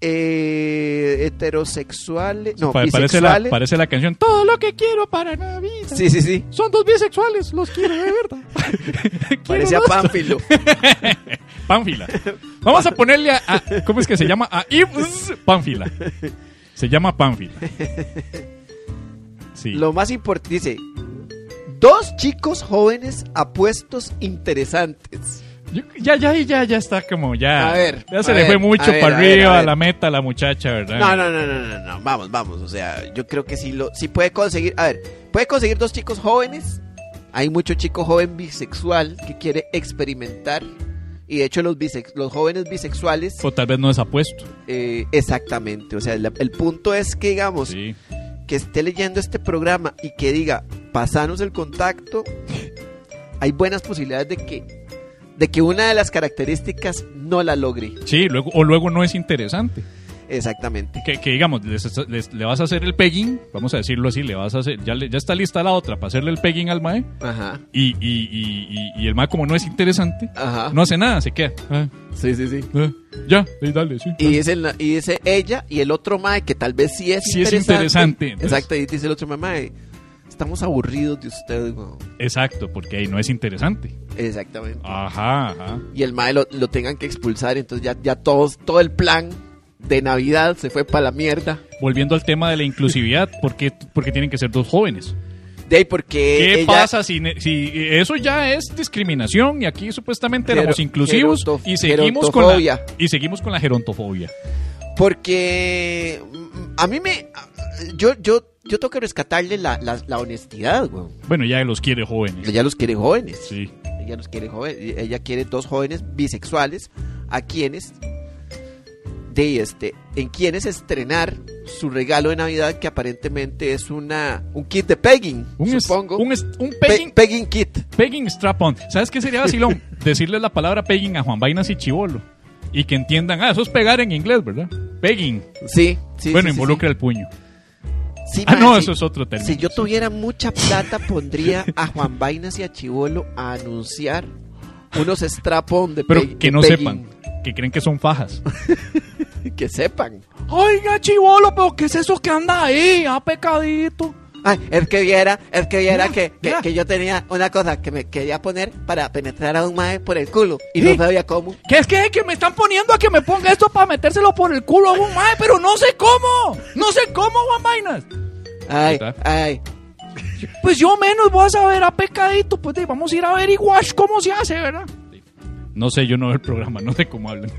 Speaker 1: eh, heterosexuales, no,
Speaker 2: Pa- parece, la,
Speaker 1: bisexuales.
Speaker 2: parece la canción Todo lo que quiero para Navidad.
Speaker 1: Sí, sí, sí,
Speaker 2: Son dos bisexuales, los quiero de verdad. Quiero
Speaker 1: parecía
Speaker 2: dos.
Speaker 1: Pánfilo.
Speaker 2: Pánfila. Vamos a ponerle a, a- ¿Cómo es que se llama? A Ibs Pánfila. Se llama Pánfila. Sí.
Speaker 1: Lo más importante, dice, dos chicos jóvenes apuestos interesantes.
Speaker 2: Yo- ya, ya, ya, ya está como ya.
Speaker 1: A ver,
Speaker 2: Ya se
Speaker 1: a
Speaker 2: le
Speaker 1: ver,
Speaker 2: fue mucho
Speaker 1: a ver,
Speaker 2: para
Speaker 1: a ver,
Speaker 2: arriba, a,
Speaker 1: a ver.
Speaker 2: la meta, a la muchacha, ¿verdad?
Speaker 1: No, no, no, no, no, no, vamos, vamos, o sea, yo creo que sí lo, sí puede conseguir, a ver, puede conseguir dos chicos jóvenes, hay mucho chico joven bisexual que quiere experimentar, y de hecho los, bisex- los jóvenes bisexuales,
Speaker 2: O tal vez no es apuesto.
Speaker 1: eh, exactamente, o sea, la- el punto es que digamos,
Speaker 2: Sí.
Speaker 1: que esté leyendo este programa y que diga, pasanos el contacto, hay buenas posibilidades de que de que una de las características no la logre.
Speaker 2: Sí, luego, o luego no es interesante.
Speaker 1: Exactamente.
Speaker 2: Que, que digamos, les- les- le vas a hacer el pegging, vamos a decirlo así, le vas a hacer, ya, le- ya está lista la otra para hacerle el pegging al mae.
Speaker 1: Ajá.
Speaker 2: Y, y, y, y- y el mae, como no es interesante,
Speaker 1: Ajá.
Speaker 2: no hace nada, se queda. Ah,
Speaker 1: Sí, sí, sí.
Speaker 2: ah, ya, ahí dale, sí.
Speaker 1: Y dice, la- y dice ella y el otro mae que tal vez sí es
Speaker 2: Sí es
Speaker 1: interesante.
Speaker 2: interesante, entonces.
Speaker 1: Exacto, y dice el otro mae, mae, estamos aburridos de usted, weón".
Speaker 2: Exacto, porque ahí no es interesante.
Speaker 1: Exactamente.
Speaker 2: Ah. Ajá, ajá.
Speaker 1: Y el mae lo, lo tengan que expulsar, entonces ya, ya todos, todo el plan de Navidad se fue para la mierda.
Speaker 2: Volviendo al tema de la inclusividad, ¿por qué, por qué tienen que ser dos jóvenes?
Speaker 1: De ahí porque
Speaker 2: ¿Qué
Speaker 1: Eh, ella-
Speaker 2: pasa si, ne- si eso ya es discriminación? Y aquí supuestamente
Speaker 1: Gero-
Speaker 2: éramos inclusivos
Speaker 1: gerontof-
Speaker 2: y seguimos, con la,
Speaker 1: gerontofobia.
Speaker 2: y seguimos con la gerontofobia.
Speaker 1: Porque mm, a mí me... Yo, yo, yo tengo que rescatarle la, la- la honestidad, weón.
Speaker 2: Bueno, ya los quiere jóvenes.
Speaker 1: Ella los quiere jóvenes.
Speaker 2: Sí.
Speaker 1: Ella los quiere joven, ella quiere dos jóvenes bisexuales a quienes de este, en quienes estrenar su regalo de Navidad que aparentemente es una un kit de pegging,
Speaker 2: Un, es-
Speaker 1: supongo.
Speaker 2: un, es- un
Speaker 1: Pe-
Speaker 2: pegging,
Speaker 1: pegging kit.
Speaker 2: pegging strap-on. ¿Sabes qué sería vacilón? Decirle la palabra pegging a Juan Vainas y Chivolo. Y que entiendan, ah, eso es pegar en inglés, ¿verdad? Pegging.
Speaker 1: Sí, sí.
Speaker 2: bueno,
Speaker 1: sí, sí,
Speaker 2: involucra el puño.
Speaker 1: sí. Sí,
Speaker 2: Ah,
Speaker 1: ma,
Speaker 2: no,
Speaker 1: sí.
Speaker 2: eso es otro término.
Speaker 1: Si yo tuviera mucha plata pondría a Juan Vainas y a Chivolo a anunciar unos strapón de
Speaker 2: Pero
Speaker 1: pe-
Speaker 2: que
Speaker 1: de
Speaker 2: no
Speaker 1: pegging.
Speaker 2: sepan, que creen que son fajas.
Speaker 1: que sepan.
Speaker 2: Oiga, Chivolo, pero ¿qué es eso que anda ahí? Ah, pecadito.
Speaker 1: Ay, Ah, es que viera, es que viera que, que-
Speaker 2: mira.
Speaker 1: que yo tenía una cosa que me quería poner para penetrar a un mae por el culo y no
Speaker 2: Sí.
Speaker 1: sabía cómo.
Speaker 2: ¿Qué es que, que me están poniendo a que me ponga esto para metérselo por el culo a un mae? Pero no sé cómo. No sé cómo, Juan Vainas.
Speaker 1: Ay,
Speaker 2: ¿Verdad?
Speaker 1: ay.
Speaker 2: Pues yo menos voy a saber a pecadito. Pues de, vamos a ir a averiguar cómo se hace, ¿verdad? No sé, yo no veo el programa, no sé cómo hablan.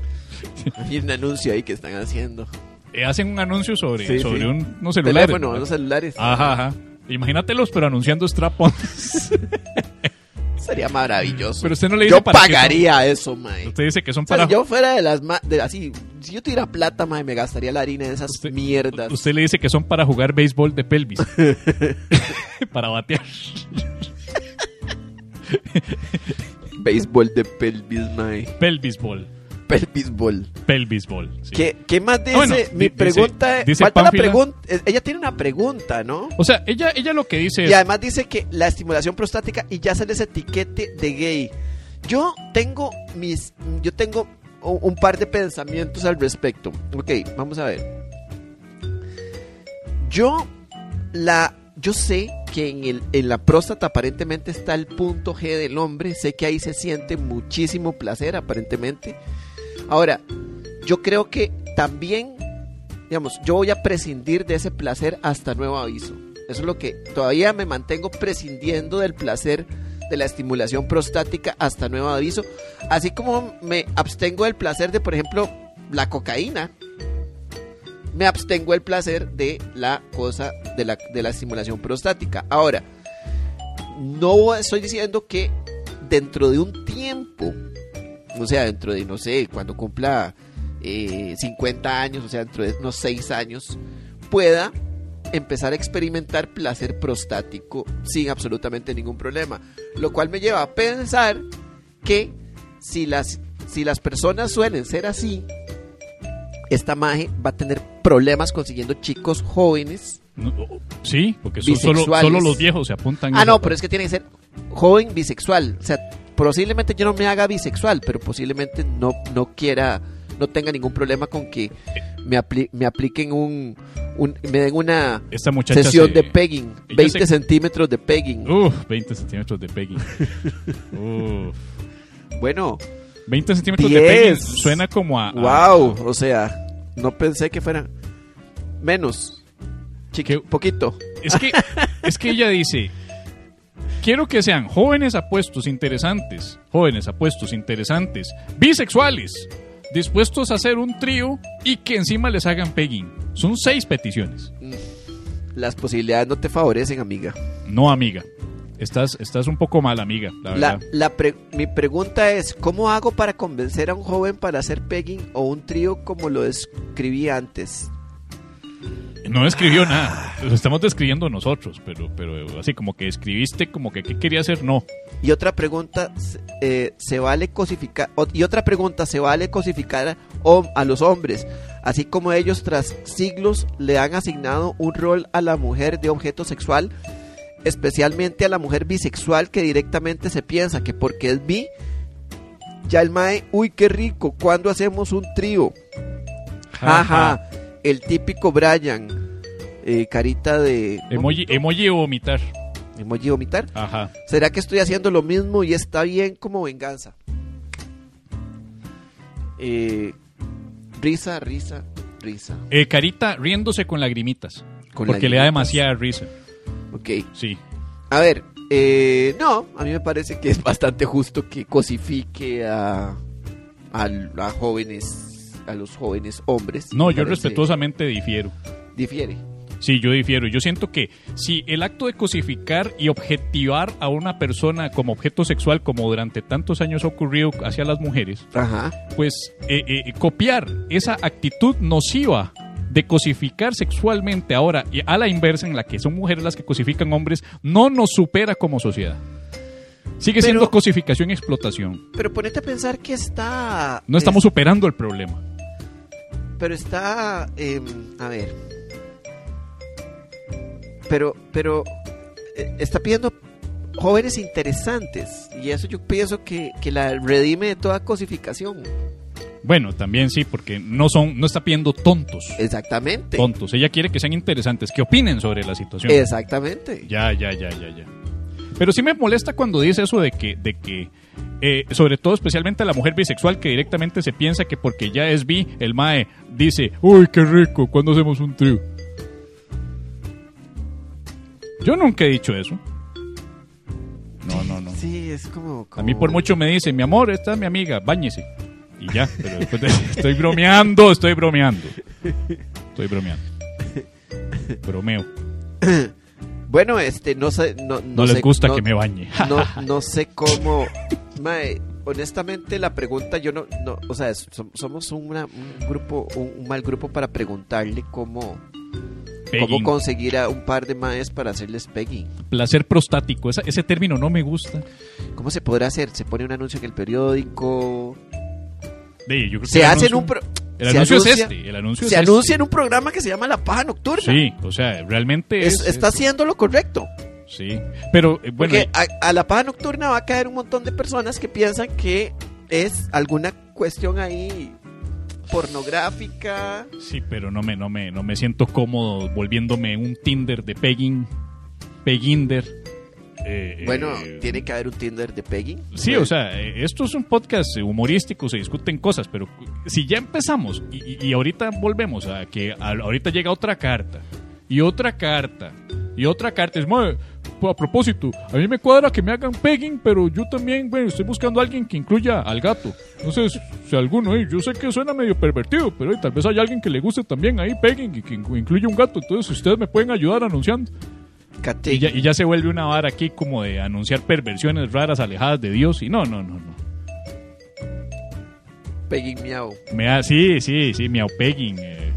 Speaker 1: Hay un anuncio ahí que están haciendo.
Speaker 2: Eh, hacen un anuncio sobre,
Speaker 1: Sí,
Speaker 2: sobre
Speaker 1: sí.
Speaker 2: un, unos celulares, Ah.
Speaker 1: Teléfono,
Speaker 2: ¿verdad?
Speaker 1: los celulares.
Speaker 2: Ajá, ajá. Imagínatelos, pero anunciando strap-ons.
Speaker 1: Sería maravilloso.
Speaker 2: Pero usted no le dice
Speaker 1: yo
Speaker 2: para qué
Speaker 1: pagaría eso, mae.
Speaker 2: Usted dice que son
Speaker 1: O sea,
Speaker 2: para...
Speaker 1: si yo fuera de las ma- de- así, si yo tuviera plata, mae, me gastaría la harina de esas
Speaker 2: Usted-
Speaker 1: mierdas.
Speaker 2: Usted le dice que son para jugar béisbol de pelvis. para batear.
Speaker 1: Béisbol de pelvis, mae.
Speaker 2: Pelvis ball.
Speaker 1: Pelvis ball.
Speaker 2: Pelvis ball. sí. Ah,
Speaker 1: ¿Qué, qué más dice?
Speaker 2: bueno,
Speaker 1: Mi
Speaker 2: di- dice-
Speaker 1: pregunta es-
Speaker 2: dice
Speaker 1: falta la
Speaker 2: Pánfila-
Speaker 1: pregunta. Ella tiene una pregunta, ¿no?
Speaker 2: O sea, ella, ella lo que dice
Speaker 1: Y
Speaker 2: es...
Speaker 1: además dice que la estimulación prostática y ya se les etiquete de gay. Yo tengo mis. Yo tengo u- un par de pensamientos al respecto. Ok, vamos a ver. Yo la. Yo sé que en, el, en la próstata aparentemente está el punto G del hombre. Sé que ahí se siente muchísimo placer, aparentemente. Ahora, yo creo que también, digamos, yo voy a prescindir de ese placer hasta nuevo aviso. Eso es lo que todavía me mantengo prescindiendo del placer de la estimulación prostática hasta nuevo aviso. Así como me abstengo del placer de, por ejemplo, la cocaína, me abstengo del placer de la cosa de la, de la estimulación prostática. Ahora, no estoy diciendo que dentro de un tiempo o sea, dentro de, no sé, cuando cumpla eh, 50 años, o sea, dentro de unos 6 años, pueda empezar a experimentar placer prostático sin absolutamente ningún problema. Lo cual me lleva a pensar que si las, si las personas suelen ser así, esta magia va a tener problemas consiguiendo chicos jóvenes.
Speaker 2: No, oh, sí, porque son solo,
Speaker 1: Bisexuales.
Speaker 2: solo los viejos se apuntan... a
Speaker 1: Ah,
Speaker 2: esa
Speaker 1: no,
Speaker 2: parte.
Speaker 1: pero es que tiene que ser joven bisexual. O sea, posiblemente yo no me haga bisexual, pero posiblemente no, no quiera, no tenga ningún problema con que me, apli- me apliquen un, un- me den una
Speaker 2: Esta muchacha
Speaker 1: pues, sesión
Speaker 2: se-
Speaker 1: de pegging,
Speaker 2: ella
Speaker 1: 20
Speaker 2: se-
Speaker 1: centímetros de pegging.
Speaker 2: Uf, 20 centímetros de pegging. Uf.
Speaker 1: Bueno,
Speaker 2: 20 centímetros de
Speaker 1: 10.
Speaker 2: pegging suena como a... a-
Speaker 1: wow, o sea, no pensé que fuera menos,
Speaker 2: Que-
Speaker 1: chiqui, poquito.
Speaker 2: Es que, es que ella dice, quiero que sean jóvenes apuestos interesantes, jóvenes apuestos interesantes, bisexuales, dispuestos a hacer un trío y que encima les hagan pegging. Son seis peticiones.
Speaker 1: Las posibilidades no te favorecen, amiga.
Speaker 2: No, amiga. Estás, estás un poco mal, amiga, la
Speaker 1: La,
Speaker 2: verdad.
Speaker 1: la pre- mi pregunta es, ¿cómo hago para convencer a un joven para hacer pegging o un trío como lo describí antes?
Speaker 2: No escribió nada. Lo estamos describiendo nosotros, pero, pero así como que escribiste como que qué quería hacer, no.
Speaker 1: Y otra pregunta, se- eh, ¿se vale cosificar? o- Y otra pregunta, ¿se vale cosificar a, hom- a los hombres? Así como ellos tras siglos le han asignado un rol a la mujer de objeto sexual, especialmente a la mujer bisexual que directamente se piensa que porque es bi, ya el mae, uy, qué rico, ¿cuándo hacemos un trío? Ajá, el típico Brian, eh, carita de...
Speaker 2: Emoji, em- emoji de vomitar.
Speaker 1: Emoji vomitar.
Speaker 2: Ajá.
Speaker 1: ¿Será que estoy haciendo lo mismo y está bien como venganza? Eh, risa, risa, risa.
Speaker 2: Eh, carita riéndose con lagrimitas.
Speaker 1: Con
Speaker 2: porque le da
Speaker 1: lagrimitas.
Speaker 2: demasiada risa.
Speaker 1: Ok.
Speaker 2: Sí.
Speaker 1: A ver, eh, no, a mí me parece que es bastante justo que cosifique a, a, a jóvenes, a los jóvenes hombres.
Speaker 2: No,
Speaker 1: Me
Speaker 2: yo
Speaker 1: parece-
Speaker 2: respetuosamente difiero.
Speaker 1: Difiere.
Speaker 2: Sí, yo difiero. Yo siento que si el acto de cosificar y objetivar a una persona como objeto sexual, como durante tantos años ha ocurrido hacia las mujeres,
Speaker 1: Ajá.
Speaker 2: pues eh, eh, copiar esa actitud nociva de cosificar sexualmente ahora y a la inversa en la que son mujeres las que cosifican hombres no nos supera como sociedad. Sigue siendo
Speaker 1: Pero-
Speaker 2: cosificación y explotación.
Speaker 1: Pero ponete a pensar que está...
Speaker 2: No estamos
Speaker 1: es-
Speaker 2: superando el problema.
Speaker 1: Pero está. eh, a ver. Pero, pero. eh, está pidiendo jóvenes interesantes. Y eso yo pienso que, que la redime de toda cosificación.
Speaker 2: Bueno, también sí, porque no son, no está pidiendo tontos.
Speaker 1: Exactamente.
Speaker 2: Tontos. Ella quiere que sean interesantes, que opinen sobre la situación.
Speaker 1: Exactamente.
Speaker 2: Ya, ya, ya, ya, ya. Pero sí me molesta cuando dice eso de que, de que eh, sobre todo especialmente a la mujer bisexual que directamente se piensa que porque ya es bi, el mae dice, uy, qué rico, ¿cuándo hacemos un trío? Yo nunca he dicho eso. No, no, no.
Speaker 1: Sí, es como.
Speaker 2: A mí
Speaker 1: como-
Speaker 2: por mucho me dice, mi amor, esta es mi amiga, báñese. Y ya, pero después de- estoy bromeando, estoy bromeando. Estoy bromeando. Bromeo.
Speaker 1: Bueno, este, no sé. No, no
Speaker 2: No, les
Speaker 1: sé-
Speaker 2: gusta
Speaker 1: no-
Speaker 2: que me bañe.
Speaker 1: No, no sé cómo. Mae, honestamente, la pregunta yo no. no o sea, es- som- somos una- un grupo, un, un mal grupo para preguntarle cómo.
Speaker 2: Pegging.
Speaker 1: ¿Cómo conseguir a un par de maes para hacerles pegging?
Speaker 2: Placer prostático. Esa- ese término no me gusta.
Speaker 1: ¿Cómo se podrá hacer? ¿Se pone un anuncio en el periódico?
Speaker 2: De- yo creo que
Speaker 1: ¿Se
Speaker 2: el
Speaker 1: hace en
Speaker 2: anuncio-
Speaker 1: un pro-
Speaker 2: El
Speaker 1: se
Speaker 2: anuncio es
Speaker 1: anuncia-
Speaker 2: este. El anuncio
Speaker 1: ¿Se
Speaker 2: es este.
Speaker 1: anuncia en un programa que se llama La Paja Nocturna?
Speaker 2: Sí, o sea, realmente
Speaker 1: Es-
Speaker 2: es.
Speaker 1: está haciendo lo correcto.
Speaker 2: Sí. Pero, eh, bueno,
Speaker 1: porque a, a La Paja Nocturna va a caer un montón de personas que piensan que es alguna cuestión ahí pornográfica.
Speaker 2: sí, pero no me, no, me, no me siento cómodo volviéndome un Tinder de pegging. Pegginder. Eh,
Speaker 1: Bueno,
Speaker 2: eh,
Speaker 1: tiene que haber un Tinder de pegging. Pues,
Speaker 2: Sí, o sea, eh, esto es un podcast eh, humorístico, se discuten cosas, pero cu- si ya empezamos y, y- y ahorita volvemos a que a- ahorita llega otra carta y otra carta y otra carta, es "Mae, a propósito, a mí me cuadra que me hagan pegging, pero yo también, bueno, estoy buscando a alguien que incluya al gato. No sé si alguno, eh, yo sé que suena medio pervertido, pero eh, tal vez hay alguien que le guste también ahí pegging y que inclu- incluya un gato, entonces ustedes me pueden ayudar anunciando.
Speaker 1: Cate-
Speaker 2: Y ya, y ya se vuelve una vara aquí como de anunciar perversiones raras alejadas de Dios. Y no, no, no, no.
Speaker 1: pegging miau.
Speaker 2: Me da, sí, sí, sí, miau pegging. eh,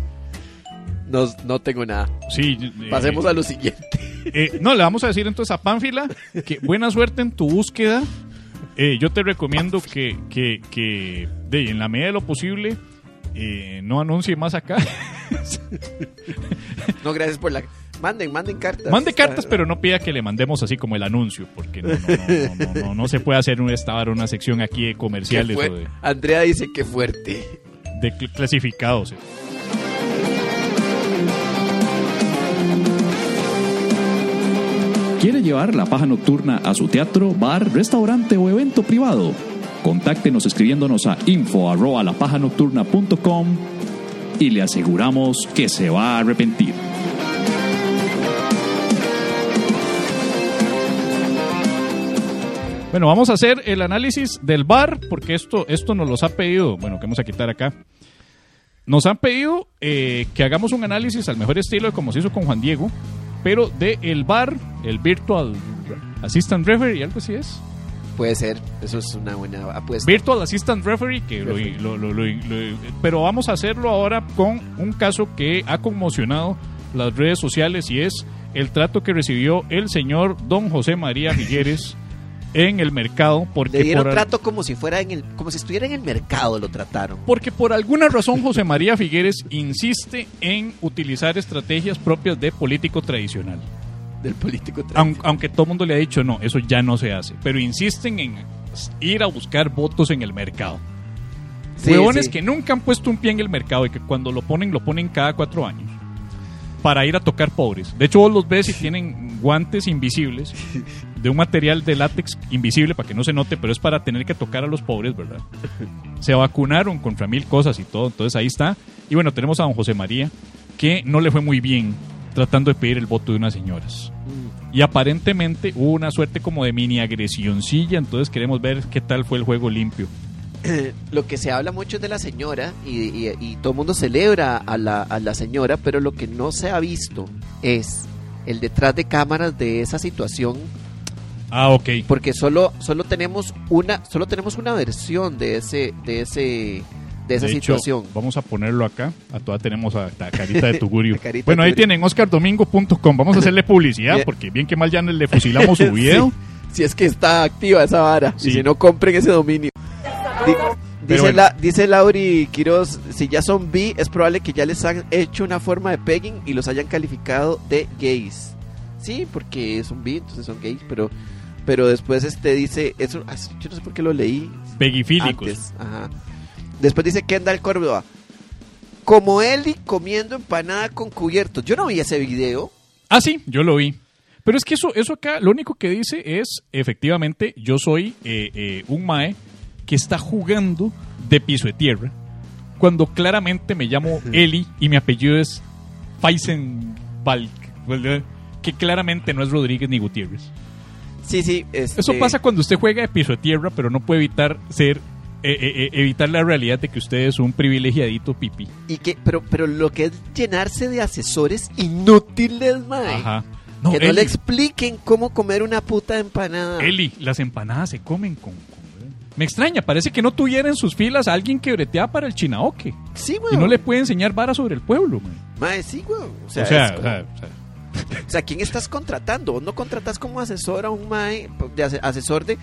Speaker 1: No, no tengo nada.
Speaker 2: sí. eh,
Speaker 1: Pasemos a lo siguiente.
Speaker 2: eh, no, le vamos a decir entonces a Pánfila que buena suerte en tu búsqueda. Eh, yo te recomiendo que, que, que de, en la medida de lo posible eh, no anuncie más acá.
Speaker 1: No, gracias por la... Manden, manden cartas.
Speaker 2: Mande cartas,
Speaker 1: Ah,
Speaker 2: pero no pida que le mandemos así como el anuncio, porque no, no, no, no, no, no, no se puede hacer un, esta vara, una sección aquí de
Speaker 1: Qué
Speaker 2: comerciales
Speaker 1: fue-
Speaker 2: o de,
Speaker 1: Andrea dice que fuerte.
Speaker 2: de cl- clasificados. eh.
Speaker 4: ¿Quiere llevar la paja nocturna a su teatro, bar, restaurante o evento privado? Contáctenos escribiéndonos a info arroba lapajanocturna.com y le aseguramos que se va a arrepentir.
Speaker 2: Bueno, vamos a hacer el análisis del bar, porque esto, esto nos los ha pedido. Bueno, que vamos a quitar acá. Nos han pedido eh, que hagamos un análisis al mejor estilo, de como se hizo con Juan Diego, pero de el bar, el Virtual Assistant Referee, algo así es.
Speaker 1: Puede ser, eso es una buena apuesta.
Speaker 2: Virtual Assistant Referee, que lo- lo- lo- lo- lo- pero vamos a hacerlo ahora con un caso que ha conmocionado las redes sociales y es el trato que recibió el señor don José María Figueres en el mercado porque
Speaker 1: Le dieron
Speaker 2: por,
Speaker 1: trato como si fuera en el, como si estuviera en el mercado, lo trataron.
Speaker 2: porque por alguna razón José María Figueres insiste en utilizar estrategias propias de político tradicional.
Speaker 1: Del político tra-
Speaker 2: Aun- aunque todo el mundo le ha dicho no, eso ya no se hace, pero insisten en ir a buscar votos en el mercado.
Speaker 1: Sí,
Speaker 2: Ah, Huevones
Speaker 1: sí.
Speaker 2: que nunca han puesto un pie en el mercado y que cuando lo ponen, lo ponen cada cuatro años para ir a tocar pobres. De hecho, vos los ves y tienen guantes invisibles de un material de látex invisible para que no se note, pero es para tener que tocar a los pobres, ¿verdad? Se vacunaron contra mil cosas y todo, entonces ahí está. Y bueno, tenemos a don José María, que no le fue muy bien tratando de pedir el voto de unas señoras.
Speaker 1: Mm.
Speaker 2: Y aparentemente hubo una suerte como de mini agresioncilla, entonces queremos ver qué tal fue el juego limpio.
Speaker 1: Lo que se habla mucho es de la señora y, y- y todo el mundo celebra a la, a la señora, pero lo que no se ha visto es el detrás de cámaras de esa situación,
Speaker 2: Ah, ok.
Speaker 1: porque solo, solo tenemos una, solo tenemos una versión de ese, de ese, de esa
Speaker 2: De hecho,
Speaker 1: situación.
Speaker 2: vamos a ponerlo acá. A todas tenemos a, a Carita de Tugurio.
Speaker 1: A Carita
Speaker 2: bueno,
Speaker 1: de
Speaker 2: ahí
Speaker 1: Tugurio.
Speaker 2: tienen oscardomingo.com. Vamos a hacerle publicidad
Speaker 1: Bien.
Speaker 2: porque bien que mal ya le fusilamos su video.
Speaker 1: Sí, si es que está activa esa vara.
Speaker 2: Sí.
Speaker 1: Y si no, compren ese dominio. Di-
Speaker 2: Pero
Speaker 1: dice,
Speaker 2: bueno.
Speaker 1: la, dice Lauri Quiroz, si ya son bi, es probable que ya les han hecho una forma de pegging y los hayan calificado de gays. Sí, porque son bi, entonces son gays, pero pero después este dice, eso, ah, yo no sé por qué lo leí
Speaker 2: Pegifílicos.
Speaker 1: antes. Ajá. Después dice Kendall Córdoba, como Eli comiendo empanada con cubiertos. Yo no vi ese video.
Speaker 2: Ah, sí, yo lo vi. Pero es que eso, eso acá lo único que dice es, efectivamente, yo soy eh, eh, un mae que está jugando de piso de tierra cuando claramente me llamo Eli y mi apellido es Faisenbalk, ¿verdad? que claramente no es Rodríguez ni Gutiérrez.
Speaker 1: Sí, sí. Este,
Speaker 2: Eso pasa cuando usted juega de piso de tierra, pero no puede evitar ser eh, eh, eh, evitar la realidad de que usted es un privilegiadito pipí.
Speaker 1: Y que, pero, pero lo que es llenarse de asesores inútiles, madre.
Speaker 2: Ajá.
Speaker 1: que no
Speaker 2: Eli,
Speaker 1: le Ah. expliquen cómo comer una puta empanada.
Speaker 2: Eli, las empanadas se comen con, con- Me extraña, parece que no tuviera en sus filas a alguien que bretea para el chinaoque.
Speaker 1: Sí,
Speaker 2: Y
Speaker 1: weón.
Speaker 2: no le puede enseñar vara sobre el pueblo, man.
Speaker 1: Mae, sí, weón. O
Speaker 2: O
Speaker 1: sea,
Speaker 2: sea,
Speaker 1: es
Speaker 2: o
Speaker 1: como-
Speaker 2: sea, o sea,
Speaker 1: o sea, ¿quién estás contratando? Vos no contratás como asesor a un mae, pues, de ase- asesor de...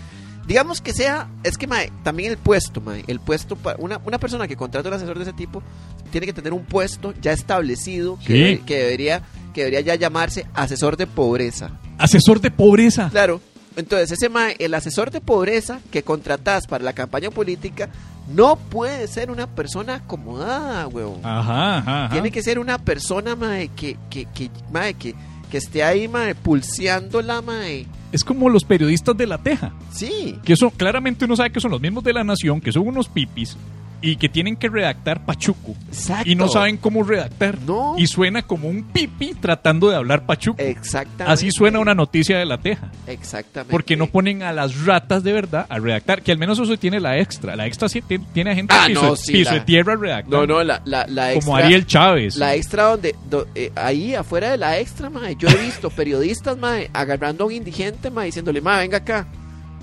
Speaker 1: Digamos que sea, es que mae, también el puesto, mae, el puesto, pa- una, una persona que contrata un asesor de ese tipo tiene que tener un puesto ya establecido que,
Speaker 2: Sí.
Speaker 1: debe- que debería que debería ya llamarse asesor de pobreza.
Speaker 2: asesor de pobreza.
Speaker 1: Claro. Entonces, ese mae, el asesor de pobreza que contratás para la campaña política no puede ser una persona acomodada, huevón.
Speaker 2: Ajá, ajá. ajá.
Speaker 1: Tiene que ser una persona, mae, que, que, que, mae, que, que esté ahí, mae, pulseando la mae.
Speaker 2: Es como los periodistas de la teja.
Speaker 1: Sí.
Speaker 2: que son, claramente uno sabe que son los mismos de la nación, que son unos pipis y que tienen que redactar pachuco.
Speaker 1: Exacto.
Speaker 2: Y no saben cómo redactar.
Speaker 1: No.
Speaker 2: Y suena como un pipi tratando de hablar pachuco.
Speaker 1: Exactamente.
Speaker 2: Así suena una noticia de la teja.
Speaker 1: Exactamente.
Speaker 2: Porque no ponen a las ratas de verdad a redactar. Que al menos eso tiene la extra. La extra sí tiene- tiene a gente
Speaker 1: Ah,
Speaker 2: piso,
Speaker 1: no, sí,
Speaker 2: piso
Speaker 1: la-
Speaker 2: de tierra redactando.
Speaker 1: No, no, la, la, la extra.
Speaker 2: como Ariel Chávez.
Speaker 1: La extra donde, do- eh, ahí afuera de la extra, mae, yo he visto periodistas, mae, agarrando a un indigente, mae, diciéndole, mae, venga acá,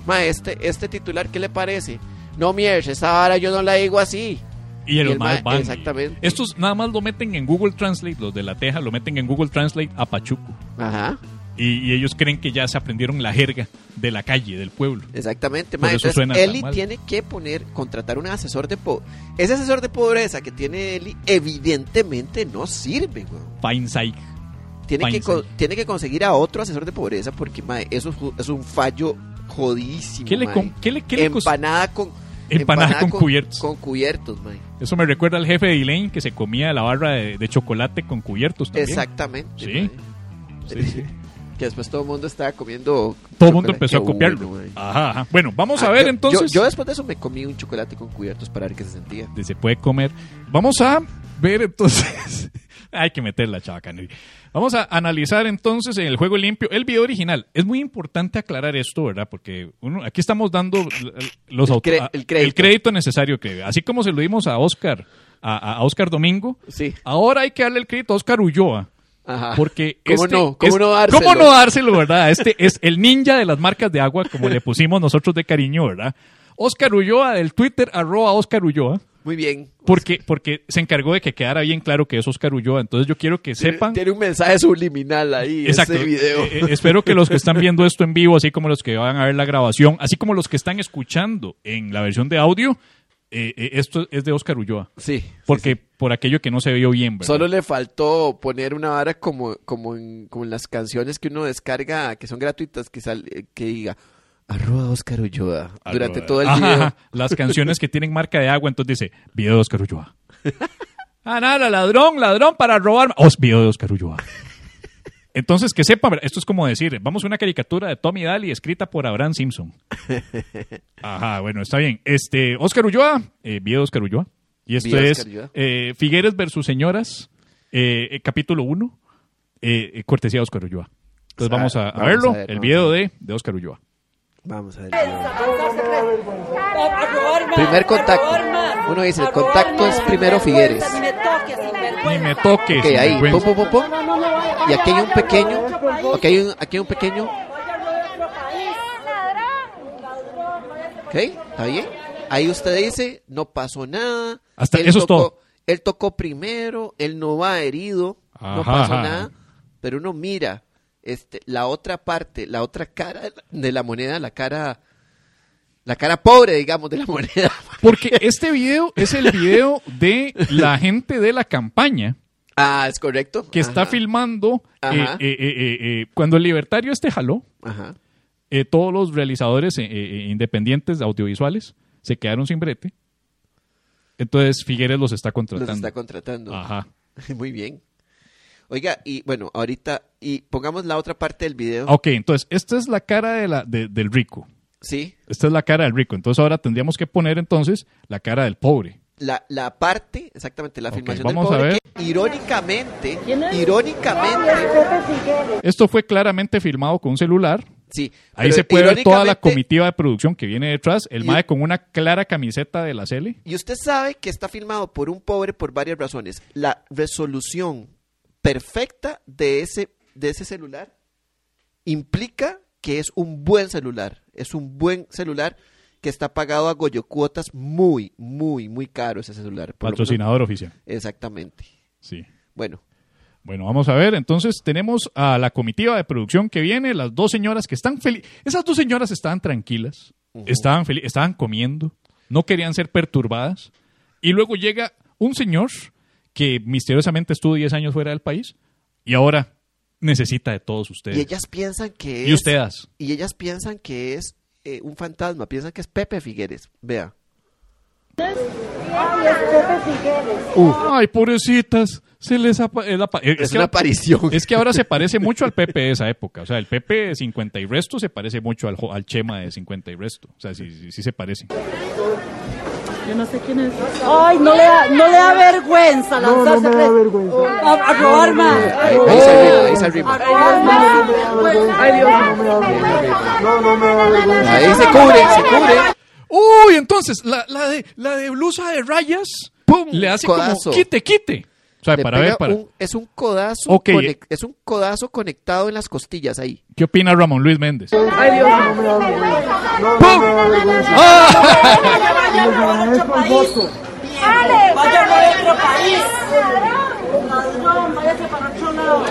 Speaker 1: mae, este, este titular, ¿qué le parece? No, mierda, esa vara yo no la digo así.
Speaker 2: Y el,
Speaker 1: Y el
Speaker 2: más
Speaker 1: ma- exactamente.
Speaker 2: Estos nada más lo meten en Google Translate, los de la teja, lo meten en Google Translate a pachuco.
Speaker 1: Ajá,
Speaker 2: Y, y ellos creen que ya se aprendieron la jerga de la calle, del pueblo.
Speaker 1: exactamente,
Speaker 2: Por
Speaker 1: mae.
Speaker 2: eso
Speaker 1: Entonces,
Speaker 2: suena tan
Speaker 1: Eli
Speaker 2: mal.
Speaker 1: tiene que poner, contratar un asesor de pobreza. Ese asesor de pobreza que tiene Eli, evidentemente no sirve, weón.
Speaker 2: Feinzeig.
Speaker 1: Tiene que,
Speaker 2: Feinstein.
Speaker 1: con- tiene que conseguir a otro asesor de pobreza porque, mae, eso es, ju- es un fallo jodidísimo,
Speaker 2: ¿Qué le,
Speaker 1: mae.
Speaker 2: con- qué le, qué le cos-
Speaker 1: empanada con
Speaker 2: Empanada con cubiertos.
Speaker 1: Con cubiertos, mae.
Speaker 2: Eso me recuerda al jefe de Elaine que se comía la barra de, de chocolate con cubiertos también.
Speaker 1: Exactamente.
Speaker 2: Sí.
Speaker 1: mae.
Speaker 2: Sí, sí.
Speaker 1: que después todo el mundo estaba comiendo.
Speaker 2: Todo el
Speaker 1: chocolate.
Speaker 2: mundo empezó a
Speaker 1: Qué
Speaker 2: copiarlo.
Speaker 1: bueno, mae.
Speaker 2: ajá, ajá. Bueno, vamos a
Speaker 1: Ah,
Speaker 2: ver
Speaker 1: yo-
Speaker 2: entonces.
Speaker 1: Yo, yo después de eso me comí un chocolate con cubiertos para ver qué se sentía.
Speaker 2: Se puede comer. Vamos a ver entonces. Hay que meter la chabacanería. Vamos a analizar entonces en el juego limpio el video original. Es muy importante aclarar esto, ¿verdad? Porque uno, aquí estamos dando l- l- los
Speaker 1: El
Speaker 2: auto-
Speaker 1: cre-
Speaker 2: a-
Speaker 1: el crédito.
Speaker 2: necesario que así como se lo dimos a Oscar, a, a Oscar Domingo.
Speaker 1: Sí.
Speaker 2: Ahora hay que darle el crédito a Oscar Ulloa.
Speaker 1: Ajá.
Speaker 2: Porque
Speaker 1: Ah, ¿Cómo
Speaker 2: este-
Speaker 1: no? ¿Cómo
Speaker 2: es-
Speaker 1: no dárselo?
Speaker 2: ¿Cómo no dárselo, verdad? Este es el ninja de las marcas de agua, como le pusimos nosotros de cariño, ¿verdad? Oscar Ulloa del Twitter, arroba Oscar Ulloa.
Speaker 1: Muy bien.
Speaker 2: Porque, porque se encargó de que quedara bien claro que es Oscar Ulloa. Entonces yo quiero que
Speaker 1: Tiene-
Speaker 2: sepan.
Speaker 1: Tiene un mensaje subliminal ahí,
Speaker 2: Exacto.
Speaker 1: ese video.
Speaker 2: Eh, eh, espero que los que están viendo esto en vivo, así como los que van a ver la grabación, así como los que están escuchando en la versión de audio, eh, eh, esto es de Oscar Ulloa.
Speaker 1: sí. sí,
Speaker 2: Porque por aquello que no se vio bien, ¿verdad?
Speaker 1: Solo le faltó poner una vara como, como, en, como en las canciones que uno descarga, que son gratuitas, que, sal- eh, que diga arroba Oscar Ulloa durante todo el
Speaker 2: Ajá,
Speaker 1: video.
Speaker 2: ajá. Ah, las canciones que tienen marca de agua, entonces dice, video de Oscar Ulloa. Ah, nada, ladrón, ladrón para robar. Os video de Oscar Ulloa. Entonces, que sepan, ¿verdad? esto es como decir, vamos a una caricatura de Tommy Daly escrita por Abraham Simpson. Ajá, bueno, está bien. Este, Oscar Ulloa, eh, video de Oscar Ulloa. Y esto
Speaker 1: Video de
Speaker 2: es
Speaker 1: Oscar Ulloa.
Speaker 2: eh, Figueres versus Señoras, eh, eh, capítulo 1, cortesía de Oscar Ulloa. Entonces
Speaker 1: Ah,
Speaker 2: vamos a, a
Speaker 1: vamos
Speaker 2: verlo,
Speaker 1: a ver,
Speaker 2: el
Speaker 1: vamos
Speaker 2: video
Speaker 1: a
Speaker 2: de, de Oscar Ulloa.
Speaker 1: Vamos a ver.
Speaker 5: Primer contacto. Uno dice, el contacto es primero Figueres.
Speaker 2: Ni me toques.
Speaker 1: Ok, ahí, pum,
Speaker 2: sinvergüenza.
Speaker 1: pum, pum, pum. Y aquí hay un pequeño, aquí hay un, aquí hay un pequeño, ok, está bien. Ahí usted dice, no pasó nada.
Speaker 2: Hasta eso es
Speaker 1: tocó,
Speaker 2: todo.
Speaker 1: Él tocó primero, él no va herido, no
Speaker 2: Ajá.
Speaker 1: pasó nada. Pero uno mira este, la otra parte, la otra cara de la- de la moneda, la cara, la cara pobre, digamos, de la moneda.
Speaker 2: Porque este video es el video de la gente de la campaña
Speaker 1: Ah, es correcto.
Speaker 2: que está
Speaker 1: Ajá,
Speaker 2: filmando eh,
Speaker 1: Ajá.
Speaker 2: eh, eh, eh, eh, cuando el libertario este jaló,
Speaker 1: Ajá.
Speaker 2: eh, todos los realizadores eh, eh, independientes audiovisuales se quedaron sin brete. Entonces Figueres los está
Speaker 1: Los
Speaker 2: contratando.
Speaker 1: está contratando.
Speaker 2: Ajá.
Speaker 1: Muy bien. Oiga, y bueno, ahorita, y pongamos la otra parte del video.
Speaker 2: Ok, entonces esta es la cara de la, de- del rico.
Speaker 1: Sí,
Speaker 2: Esta es la cara del rico. Entonces ahora tendríamos que poner entonces la cara del pobre.
Speaker 1: la, la parte, exactamente, la
Speaker 2: Ok,
Speaker 1: filmación
Speaker 2: vamos a
Speaker 1: del pobre,
Speaker 2: ver.
Speaker 1: que irónicamente, irónicamente,
Speaker 2: Esto fue claramente filmado con un celular.
Speaker 1: sí.
Speaker 2: Ahí
Speaker 1: pero
Speaker 2: se puede ver toda la
Speaker 1: irónicamente-
Speaker 2: comitiva de producción que viene detrás. El
Speaker 1: Y-
Speaker 2: MAE con una clara camiseta de la Cele.
Speaker 1: Y usted sabe que está filmado por un pobre por varias razones. La resolución perfecta de ese, de ese celular implica que es un buen celular. Es un buen celular que está pagado a goyocuotas muy, muy, muy caro ese celular. Por lo menos-
Speaker 2: Patrocinador oficial.
Speaker 1: Exactamente.
Speaker 2: Sí.
Speaker 1: Bueno,
Speaker 2: Bueno, vamos a ver. Entonces tenemos a la comitiva de producción que viene, las dos señoras que están felices. Esas dos señoras estaban tranquilas, estaban feli- estaban comiendo, no querían ser perturbadas. Y luego llega un señor que misteriosamente estuvo 10 años fuera del país y ahora necesita de todos ustedes.
Speaker 1: y ellas piensan que es.
Speaker 2: Y ustedes.
Speaker 1: y ellas piensan que es eh, un fantasma, piensan que es Pepe Figueres. Vea.
Speaker 2: Ay, pobrecitas, se les apa- el apa- eh,
Speaker 1: Es
Speaker 2: que
Speaker 1: una
Speaker 2: la-
Speaker 1: aparición.
Speaker 2: Es que ahora se parece mucho al Pepe de esa época. O sea, el Pepe de 50 y resto se parece mucho al, jo- al Chema de 50 y resto. O sea, sí, sí, sí se parece.
Speaker 5: Ay, no le da, no le da vergüenza lanzarse no, da vergüenza. A, a robar más.
Speaker 1: Ahí, ahí se arrima, ahí se arrima. Ahí se cubre, se cubre.
Speaker 2: Uy, entonces, la, la de, la de blusa de rayas
Speaker 1: ¡Pum!
Speaker 2: le hace
Speaker 1: Codazo.
Speaker 2: como quite, quite. O sea,
Speaker 1: Le
Speaker 2: para
Speaker 1: pega
Speaker 2: ver, para.
Speaker 1: un- es un codazo
Speaker 2: Ok.
Speaker 1: conec- es un codazo conectado en las costillas ahí.
Speaker 2: ¿Qué opina Ramón Luis Méndez?
Speaker 5: Vaya a otro país. Ladrón, váyase para otro lado.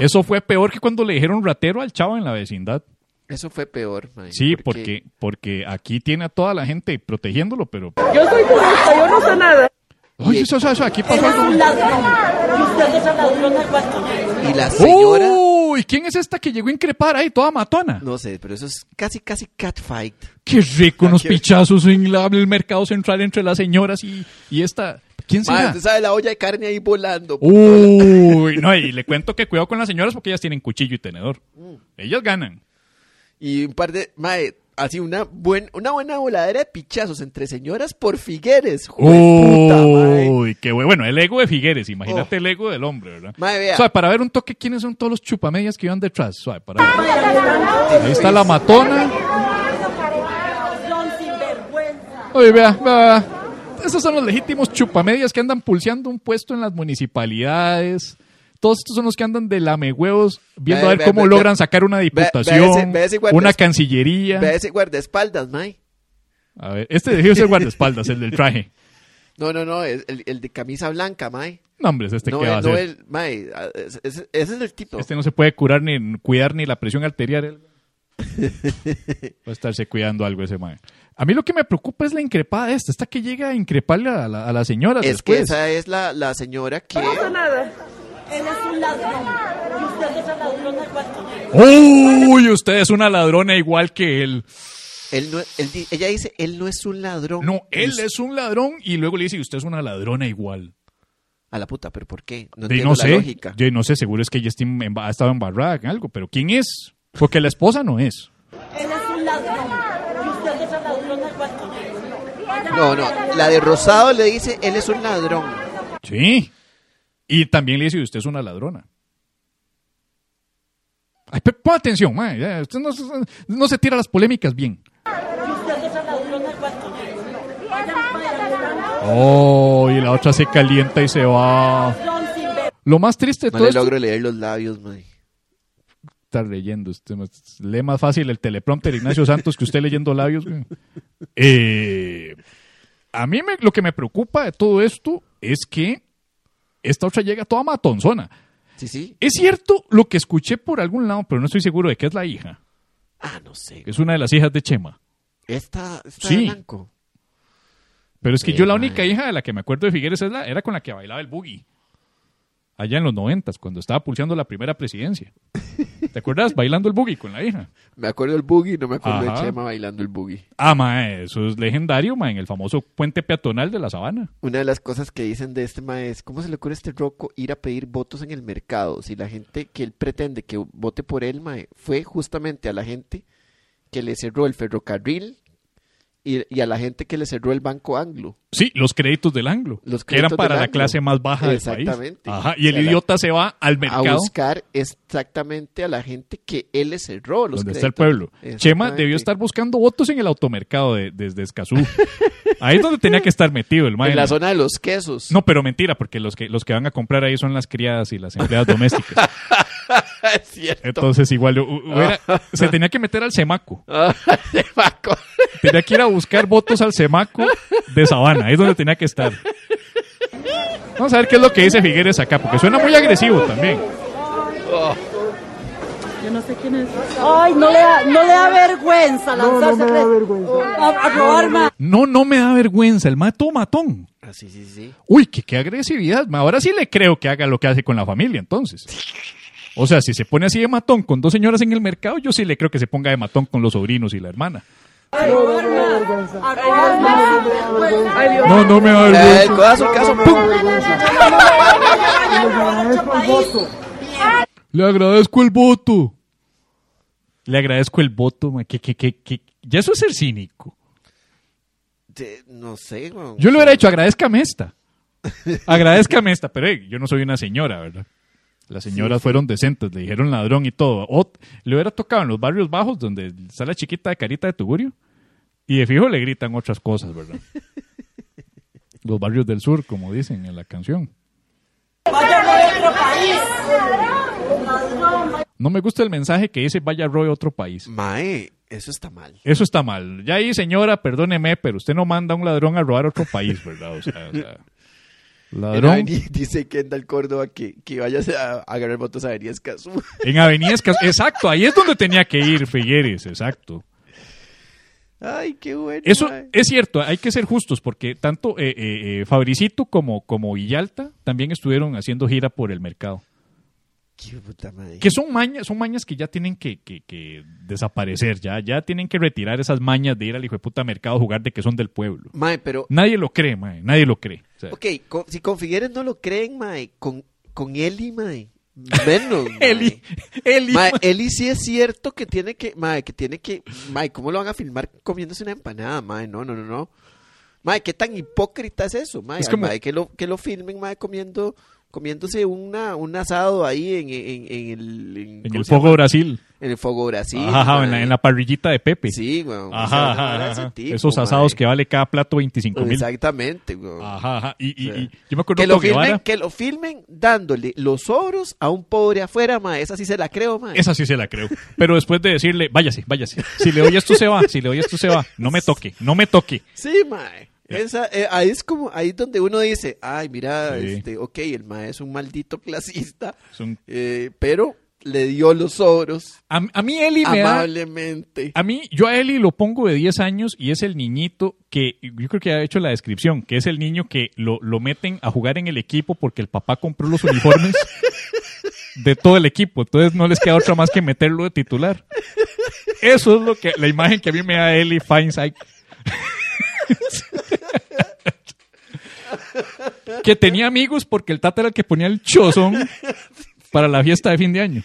Speaker 2: Eso fue peor que cuando le dijeron ratero al chavo en la vecindad.
Speaker 1: Eso fue peor, mae,
Speaker 2: Sí, porque, porque aquí tiene a toda la gente protegiéndolo, pero.
Speaker 6: Yo soy turista, yo no sé nada.
Speaker 2: Ay, eso, eso, eso, aquí
Speaker 5: Él
Speaker 2: pasó
Speaker 5: es
Speaker 2: algo.
Speaker 5: un ladrón. Y usted es el ladrón al cual-
Speaker 1: y
Speaker 2: ¡Oh!
Speaker 1: la señora
Speaker 2: Uy, ¿quién es esta que llegó a increpar ahí, toda matona?
Speaker 1: no sé, pero eso es casi casi catfight.
Speaker 2: Qué rico unos
Speaker 1: Aquí-
Speaker 2: pichazos en la- el mercado central entre las señoras y, y esta. ¿Quién
Speaker 1: Mae,
Speaker 2: será?
Speaker 1: usted sabe la olla de carne ahí volando.
Speaker 2: ¡Uh! Uy, no, y le cuento que cuidado con las señoras porque ellas tienen cuchillo y tenedor.
Speaker 1: Mm.
Speaker 2: Ellas ganan.
Speaker 1: Y un par de mae, así una buen, una buena voladera de pichazos entre señoras por Figueres.
Speaker 2: ¡Oh!
Speaker 1: Jueputa, mae.
Speaker 2: Uy, qué bueno. Bueno, el ego de Figueres, imagínate
Speaker 1: Oh.
Speaker 2: el ego del hombre, ¿verdad?
Speaker 1: Mae, vea.
Speaker 2: Suave, para ver un toque quiénes son todos los chupamedias que iban detrás. Suave, para ver. Ahí está la matona.
Speaker 5: Ladrón sin vergüenza.
Speaker 2: Oye, vea, vea. Estos son los legítimos chupamedias que andan pulseando un puesto en las municipalidades. Todos estos son los que andan de lamehuevos
Speaker 1: Ve,
Speaker 2: viendo a ver
Speaker 1: ve,
Speaker 2: cómo
Speaker 1: ve,
Speaker 2: logran
Speaker 1: ve.
Speaker 2: sacar una
Speaker 1: ve ese-
Speaker 2: diputación,
Speaker 1: ve ese guardia-
Speaker 2: una cancillería.
Speaker 1: Vea ese guardaespaldas, mae.
Speaker 2: A ver, este debió ser guardaespaldas, el del traje.
Speaker 1: No, no, no, es el, el de camisa blanca, mae.
Speaker 2: No, hombre, este
Speaker 1: no,
Speaker 2: qué va a
Speaker 1: el- no
Speaker 2: hacer.
Speaker 1: el- mae, ah, ese, ese- ese es el tipo.
Speaker 2: Este no se puede curar ni cuidar ni la presión arterial. él Va a estarse cuidando algo ese man. A mí lo que me preocupa es la increpada esta, esta que llega a increparle a la, a la señora
Speaker 1: es que
Speaker 2: después.
Speaker 1: esa es la, la señora que...
Speaker 6: No pasa nada.
Speaker 5: Él es un ladrón. Y usted es el ladrón del cuarto.
Speaker 2: Uy, usted es una ladrona igual que él.
Speaker 1: Él no, él di- ella dice, él no es un ladrón.
Speaker 2: No, él
Speaker 1: Us-
Speaker 2: es un ladrón y luego le dice, usted es una ladrona igual.
Speaker 1: A la puta, pero ¿por qué? No
Speaker 2: Y
Speaker 1: entiendo la
Speaker 2: no sé,
Speaker 1: lógica.
Speaker 2: yo no sé, seguro es que ella está emba- ha estado embarrada en algo, pero ¿quién es? Porque la esposa no es.
Speaker 5: Él es un ladrón. Y usted es el ladrón del cuarto.
Speaker 1: No, no, la de Rosado le dice, él es un ladrón.
Speaker 2: Sí. Y también le dice, usted es una ladrona. Ay, pe- pon atención, ma, ya, usted no, se- no se tira las polémicas bien.
Speaker 5: Y usted es el ladrón del cuarto. Vayan para allá.
Speaker 2: Oh, y la otra se calienta y se va.
Speaker 5: Ladrón sin ver.
Speaker 2: Lo más triste de
Speaker 1: No
Speaker 2: todo
Speaker 1: le
Speaker 2: esto-
Speaker 1: logro leer los labios, mae.
Speaker 2: estar leyendo. Usted más- lee más fácil el teleprompter Ignacio Santos que usted leyendo labios. güey. Eh, a mí me- lo que me preocupa de todo esto es que esta otra llega toda matonzona.
Speaker 1: Sí, sí.
Speaker 2: Es cierto lo que escuché por algún lado, pero no estoy seguro de que es la hija.
Speaker 1: Ah, no sé.
Speaker 2: que Es una de las hijas de Chema.
Speaker 1: Esta, esta
Speaker 2: Sí.
Speaker 1: de blanco.
Speaker 2: Pero es que
Speaker 1: Sí,
Speaker 2: yo la
Speaker 1: madre.
Speaker 2: única hija de la que me acuerdo de Figueres es la- era con la que bailaba el boogie. Allá en los noventas, cuando estaba pulsando la primera presidencia. ¿Te acuerdas? Bailando el boogie con la hija.
Speaker 1: Me acuerdo del boogie, no me acuerdo
Speaker 2: Ajá.
Speaker 1: de Chema bailando el boogie.
Speaker 2: Ah, mae, eso es legendario, mae, en el famoso puente peatonal de la sabana.
Speaker 1: Una de las cosas que dicen de este mae es, ¿cómo se le ocurre a este roco ir a pedir votos en el mercado? Si la gente que él pretende que vote por él, mae, fue justamente a la gente que le cerró el ferrocarril y, y a la gente que le cerró el Banco Anglo.
Speaker 2: Sí, los créditos del anglo,
Speaker 1: Los
Speaker 2: que eran
Speaker 1: créditos
Speaker 2: para
Speaker 1: del
Speaker 2: la
Speaker 1: Anglo.
Speaker 2: clase más baja del país.
Speaker 1: Exactamente.
Speaker 2: Ajá, y el
Speaker 1: Era-
Speaker 2: idiota se va al
Speaker 1: A
Speaker 2: mercado
Speaker 1: buscar exactamente a la gente que él le cerró los
Speaker 2: donde está el
Speaker 1: créditos.
Speaker 2: pueblo. Chema debió
Speaker 1: Exactamente.
Speaker 2: estar buscando votos en el automercado de- desde Escazú. Ahí es donde tenía que estar metido el mae.
Speaker 1: en la zona de los quesos.
Speaker 2: No, pero mentira, porque los que, los que van a comprar ahí son las criadas y las empleadas domésticas.
Speaker 1: es cierto.
Speaker 2: Entonces, igual, u- u- era- se tenía que meter al semaco.
Speaker 1: Se va a co-
Speaker 2: Tenía que ir a buscar votos al semaco de Sabana. Ahí es donde tenía que estar. Vamos a ver qué es lo que dice Figueres acá, porque suena muy agresivo también.
Speaker 5: Ay, no le da, no le da vergüenza lanzarse no, A, a robar más.
Speaker 2: No, no me da vergüenza. El mato matón.
Speaker 1: Ah, sí, sí, sí.
Speaker 2: Uy, qué, qué agresividad. ma. Ahora sí le creo que haga lo que hace con la familia, entonces. O sea, si se pone así de matón con dos señoras en el mercado, yo sí le creo que se ponga de matón con los sobrinos y la hermana.
Speaker 5: A robar más.
Speaker 6: Ay, Dios.
Speaker 2: No, no me da
Speaker 1: Eh,
Speaker 2: vergüenza.
Speaker 1: el codazo, el caso, ¡pum!
Speaker 2: Le agradezco el voto. Le agradezco el voto, ma, que, que, que, que- Ya eso es ser cínico.
Speaker 1: Te- No sé, weón.
Speaker 2: Yo lo hubiera hecho, agradezcame esta. Agradezcame esta, pero hey, yo no soy una señora, ¿verdad? Las señoras fueron decentes, le dijeron ladrón y todo. O t- le hubiera tocado en los barrios bajos donde sale la chiquita de carita de Tugurio y de fijo le gritan otras cosas, ¿verdad? Los barrios del sur, como dicen en la canción.
Speaker 5: Vayan a otro país. Ladrón,
Speaker 2: No me gusta el mensaje que dice vaya Roy a otro país.
Speaker 1: Mae, eso está mal.
Speaker 2: Eso está mal. Ya ahí, señora, perdóneme, pero usted no manda a un ladrón a robar a otro país, ¿verdad? O sea, o sea,
Speaker 1: Era-
Speaker 2: ladrón.
Speaker 1: Dice Kendall Córdoba que, que vayas a, a agarrar votos a Arias Cazú.
Speaker 2: En avenidas. Cas- Exacto, ahí es donde tenía que ir Figueres, exacto.
Speaker 1: Ay, qué bueno.
Speaker 2: Eso
Speaker 1: mae.
Speaker 2: es cierto, hay que ser justos, porque tanto eh, eh, eh, Fabricito como, como Villalta también estuvieron haciendo gira por el mercado.
Speaker 1: Qué puta madre.
Speaker 2: Que son mañas, son mañas que ya tienen que, que- que desaparecer, ya, ya tienen que retirar esas mañas de ir al hijo de puta mercado a jugar de que son del pueblo.
Speaker 1: Mae, pero.
Speaker 2: Nadie lo cree, mae, nadie lo cree. O sea,
Speaker 1: Ok, con- si con Figueres no lo creen, mae. Con, con Eli, mae. Menos. mae.
Speaker 2: Eli, Eli,
Speaker 1: Mae,
Speaker 2: mae.
Speaker 1: Eli sí es cierto que tiene que. Mae, que tiene que. Mae, ¿cómo lo van a filmar comiéndose una empanada, mae? No, no, no, no. Mae, ¿qué tan hipócrita es eso, mae?
Speaker 2: Es
Speaker 1: Ay,
Speaker 2: como-
Speaker 1: mae, que lo, que lo filmen, mae, comiendo. Comiéndose una, un asado ahí en, en- en el...
Speaker 2: En
Speaker 1: ¿cómo
Speaker 2: el
Speaker 1: se llama?
Speaker 2: Fogo Brasil.
Speaker 1: En el Fogo Brasil.
Speaker 2: Ajá, ajá, en, la,
Speaker 1: mae.
Speaker 2: en la parrillita de Pepe.
Speaker 1: Sí, weón.
Speaker 2: Ajá,
Speaker 1: o sea,
Speaker 2: ajá,
Speaker 1: una vara de
Speaker 2: ajá.
Speaker 1: ese tipo,
Speaker 2: Esos
Speaker 1: mae.
Speaker 2: asados que vale cada plato 25 mil. Ah,
Speaker 1: Exactamente, weón.
Speaker 2: Ajá, ajá. Y, y-
Speaker 1: O sea,
Speaker 2: y yo me acuerdo
Speaker 1: Que lo,
Speaker 2: que
Speaker 1: filmen, que lo filmen dándole los oros a un pobre afuera, mae. Esa sí se la creo, mae.
Speaker 2: Esa sí se la creo. Pero después de decirle, váyase, váyase. Si le doy esto se va, si le doy esto se va. No me toque, no me toque.
Speaker 1: Sí, mae. Esa, eh, ahí es como, ahí es donde uno dice, ay, mira,
Speaker 2: Sí.
Speaker 1: este, ok, el mae es un maldito clasista,
Speaker 2: Es un-
Speaker 1: eh, pero le dio los oros
Speaker 2: A, a mí Eli me da- Ah.
Speaker 1: amablemente.
Speaker 2: A mí, yo a Eli lo pongo de 10 años y es el niñito que, yo creo que ha hecho la descripción, que es el niño que lo, lo meten a jugar en el equipo porque el papá compró los uniformes de todo el equipo. Entonces no les queda otra más que meterlo de titular. Eso es lo que, la imagen que a mí me da Eli Feinstein. que tenía amigos porque el tata era el que ponía el chozón para la fiesta de fin de año.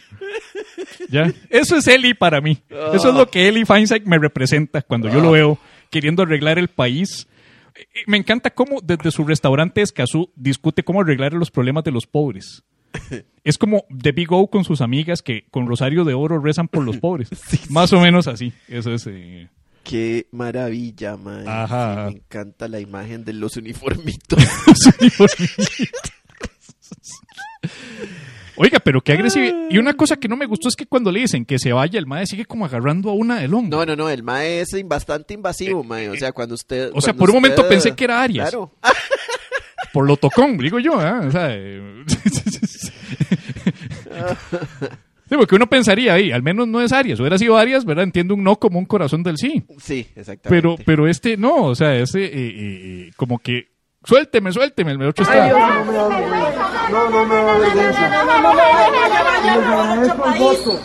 Speaker 2: ¿Ya? Eso es Eli para mí. Eso es lo que Eli Feinstein me representa cuando yo lo veo queriendo arreglar el país. Eh, eh, Me encanta cómo desde su restaurante de Escazú discute cómo arreglar los problemas de los pobres. Es como The Big O con sus amigas que con Rosario de Oro rezan por los pobres. Más o menos así. Eso es. eh,
Speaker 1: Qué maravilla, mae.
Speaker 2: Ajá.
Speaker 1: Sí, me encanta la imagen de los uniformitos.
Speaker 2: Oiga, pero qué agresivo. Y una cosa que no me gustó es que cuando le dicen que se vaya, el madre sigue como agarrando a una del hombro.
Speaker 1: No, no, no, el mae es in- bastante invasivo, mae. O sea, cuando usted.
Speaker 2: o sea,
Speaker 1: cuando
Speaker 2: por un momento
Speaker 1: usted-
Speaker 2: pensé que era Arias.
Speaker 1: Claro. Ah,
Speaker 2: Por lo tocón, digo yo. ¿ah? O sea, eh, Sí, porque uno pensaría ahí, al menos no es Arias. Hubiera sido Arias, ¿verdad? Entiendo un no como un corazón del sí.
Speaker 1: Sí, exactamente.
Speaker 2: Pero, pero este no, o sea, ese eh, eh, eh, como que suélteme, suélteme. El otro está.
Speaker 7: Ay, Dios, no me da vergüenza. No, no me da vergüenza. agradezco el voto.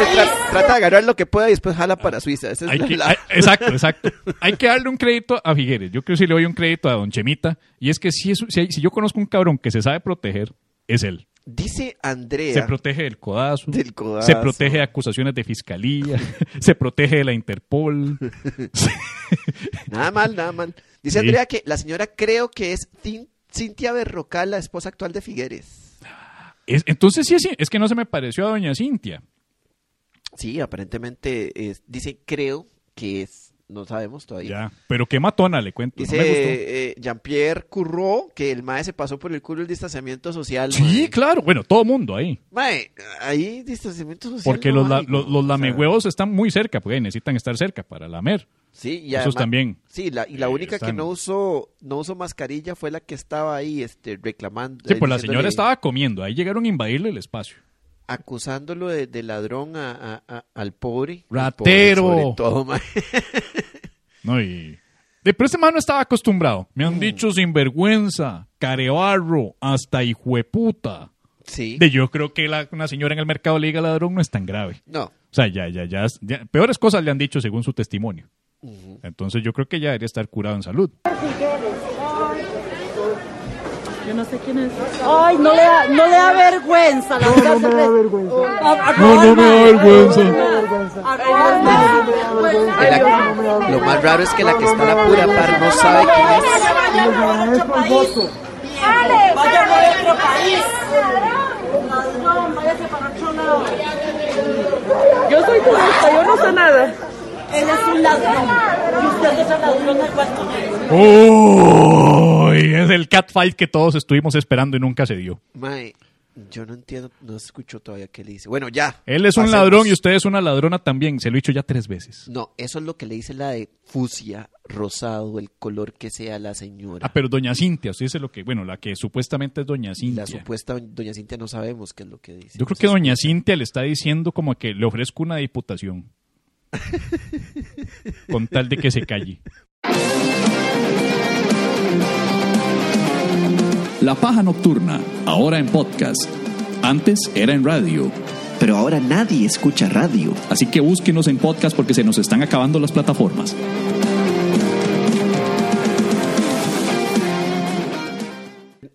Speaker 1: Usted tra- trata de agarrar lo que pueda y después jala para Suiza. Esa es
Speaker 2: Hay
Speaker 1: la-
Speaker 2: que-
Speaker 1: la-
Speaker 2: hay- exacto, exacto. Hay que darle un crédito a Figueres. Yo creo que sí le doy un crédito a Don Chemita. Y es que si, es- si, hay- si yo conozco un cabrón que se sabe proteger, es él.
Speaker 1: Dice
Speaker 2: Se
Speaker 1: Andrea.
Speaker 2: protege del codazo,
Speaker 1: Del codazo.
Speaker 2: se protege de acusaciones de fiscalía, se protege de la Interpol.
Speaker 1: Nada mal, nada mal. Dice
Speaker 2: Sí.
Speaker 1: Andrea que la señora creo que es Cin- Cintia Berrocal, la esposa actual de Figueres.
Speaker 2: Es- entonces sí, sí, es que no se me pareció a Doña Cintia.
Speaker 1: Sí, aparentemente es- dice creo que es. No sabemos todavía.
Speaker 2: Ya, pero qué matona, le cuento. no
Speaker 1: Dice
Speaker 2: me gustó.
Speaker 1: eh, Jean-Pierre Curro que el mae se pasó por el culo el distanciamiento social.
Speaker 2: Sí,
Speaker 1: mae.
Speaker 2: claro. Bueno, todo mundo ahí.
Speaker 1: Mae, ahí distanciamiento social.
Speaker 2: Porque
Speaker 1: no
Speaker 2: los, la-
Speaker 1: hay,
Speaker 2: los,
Speaker 1: ¿no?
Speaker 2: los
Speaker 1: O sea,
Speaker 2: lamehuevos están muy cerca, porque necesitan estar cerca para lamer.
Speaker 1: Sí, y
Speaker 2: esos
Speaker 1: además-
Speaker 2: también.
Speaker 1: Sí, la, y
Speaker 2: Eh,
Speaker 1: la única que
Speaker 2: están-
Speaker 1: no usó, no usó mascarilla fue la que estaba ahí este, reclamando.
Speaker 2: Sí,
Speaker 1: eh,
Speaker 2: pues la
Speaker 1: diciéndole-
Speaker 2: señora estaba comiendo. Ahí llegaron a invadirle el espacio.
Speaker 1: Acusándolo de, de ladrón a, a- a- al pobre. Al pobre,
Speaker 2: Ratero.
Speaker 1: sobre todo, mae.
Speaker 2: No, y... de- Pero ese mano estaba acostumbrado. Me han
Speaker 1: Mm.
Speaker 2: dicho sinvergüenza, carebarro, hasta hijueputa.
Speaker 1: Sí.
Speaker 2: De yo creo que la, una señora en el mercado le diga ladrón no es tan grave.
Speaker 1: No.
Speaker 2: O sea, ya, ya, ya, ya- Peores cosas le han dicho según su testimonio. Entonces yo creo que ya debería estar curado en salud.
Speaker 6: Ay, no le da, no le da vergüenza la
Speaker 7: No me da vergüenza.
Speaker 2: No, no me da vergüenza.
Speaker 1: Y la- lo más raro es que la que está a la pura par no sabe quién es.
Speaker 7: Les agradezco el voto.
Speaker 5: Vayan a otro país. Ladrón, váyase para otro lado.
Speaker 6: Yo soy turista, yo no sé nada.
Speaker 5: Él es un ladrón. Y usted es el ladrón del cuarto.
Speaker 2: ¡Uy! Es el catfight que todos estuvimos esperando y nunca se dio.
Speaker 1: Mae, yo no entiendo, no escucho todavía qué le dice. Bueno, ya.
Speaker 2: Él es un
Speaker 1: pasemos.
Speaker 2: ladrón y usted es una ladrona también. Se lo he dicho ya tres veces.
Speaker 1: No, eso es lo que le dice la de fucsia, rosado, el color que sea la señora.
Speaker 2: Ah, pero doña Cintia, usted dice lo que, bueno, la que supuestamente es doña Cintia.
Speaker 1: La supuesta doña Cintia no sabemos qué pues es lo que dice.
Speaker 2: Yo creo que doña Cintia le está diciendo como que le ofrezco una diputación. con tal de que se calle.
Speaker 4: La Paja Nocturna, ahora en podcast. Antes era en radio.
Speaker 3: Pero ahora nadie escucha radio.
Speaker 4: Así que búsquenos en podcast porque se nos están acabando las plataformas.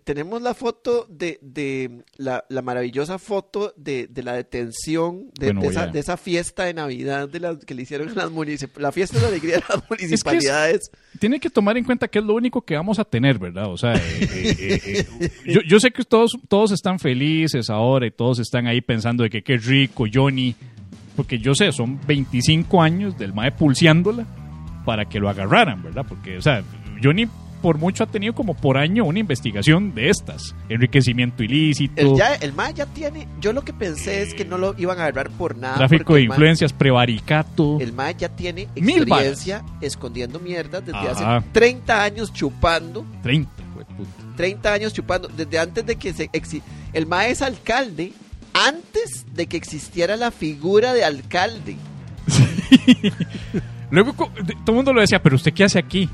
Speaker 1: Tenemos la foto de, de la, la maravillosa foto de, de la detención de,
Speaker 2: Bueno,
Speaker 1: de
Speaker 2: voy
Speaker 1: esa,
Speaker 2: a-
Speaker 1: de esa fiesta de Navidad de las que le hicieron a las municipalidades. La fiesta de la alegría de las
Speaker 2: es-
Speaker 1: municipalidades.
Speaker 2: Tiene que tomar en cuenta que es lo único que vamos a tener, ¿verdad? O sea, eh, eh, eh, eh, yo, yo sé que todos, todos están felices ahora y todos están ahí pensando de que qué rico, Johnny. Porque yo sé, son 25 años del MAE pulseándola para que lo agarraran, ¿verdad? Porque, o sea, Johnny por mucho ha tenido como por año una investigación de estas. Enriquecimiento ilícito,
Speaker 1: El, ya, el MAE ya tiene. Yo lo que pensé es que no lo iban a agarrar por nada.
Speaker 2: tráfico
Speaker 1: porque
Speaker 2: de
Speaker 1: el mae-
Speaker 2: influencias, prevaricato.
Speaker 1: El MAE ya tiene
Speaker 2: Mil varas.
Speaker 1: experiencia escondiendo mierda desde
Speaker 2: Ajá.
Speaker 1: hace 30 años chupando.
Speaker 2: 30, hueputa.
Speaker 1: 30 años chupando. Desde antes de que se. exi- El MAE es alcalde antes de que existiera la figura de alcalde.
Speaker 2: Luego co- de- todo el mundo lo decía, pero usted qué hace aquí?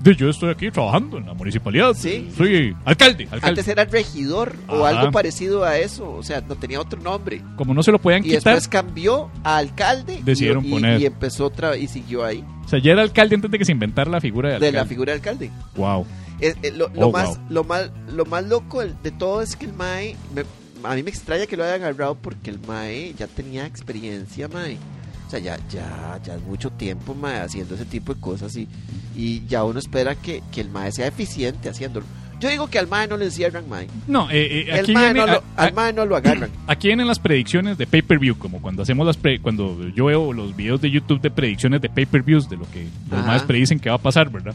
Speaker 2: De, yo estoy aquí trabajando en la municipalidad.
Speaker 1: Sí.
Speaker 2: Soy eh, alcalde, alcalde.
Speaker 1: Antes era regidor o
Speaker 2: Ajá.
Speaker 1: algo parecido a eso. O sea, no tenía otro nombre.
Speaker 2: Como no se lo podían
Speaker 1: Y
Speaker 2: quitar,
Speaker 1: después cambió a alcalde.
Speaker 2: Decidieron
Speaker 1: y, y-
Speaker 2: poner.
Speaker 1: Y empezó otra y siguió ahí.
Speaker 2: o sea, ya era alcalde antes de que se inventara la figura de
Speaker 1: De
Speaker 2: alcalde.
Speaker 1: la figura de alcalde.
Speaker 2: wow.
Speaker 1: Es- eh, lo, lo
Speaker 2: Oh,
Speaker 1: más,
Speaker 2: wow.
Speaker 1: lo, más, lo más loco del- de todo es que el Mae. me- a mí me extraña que lo hayan agarrado porque el Mae ya tenía experiencia, Mae. O sea, ya, ya, ya es mucho tiempo, Mae, haciendo ese tipo de cosas y, y ya uno espera que, que el Mae sea eficiente haciéndolo. Yo digo que al Mae no le encierran, Mae.
Speaker 2: No, eh, eh, aquí
Speaker 1: El mae
Speaker 2: viene-
Speaker 1: no lo-
Speaker 2: a-
Speaker 1: al Mae no lo agarran.
Speaker 2: Aquí vienen las predicciones de pay-per-view, como cuando hacemos las pre- cuando yo veo los videos de YouTube de predicciones de pay-per-views de lo que los
Speaker 1: Ajá.
Speaker 2: más predicen que va a pasar, ¿verdad?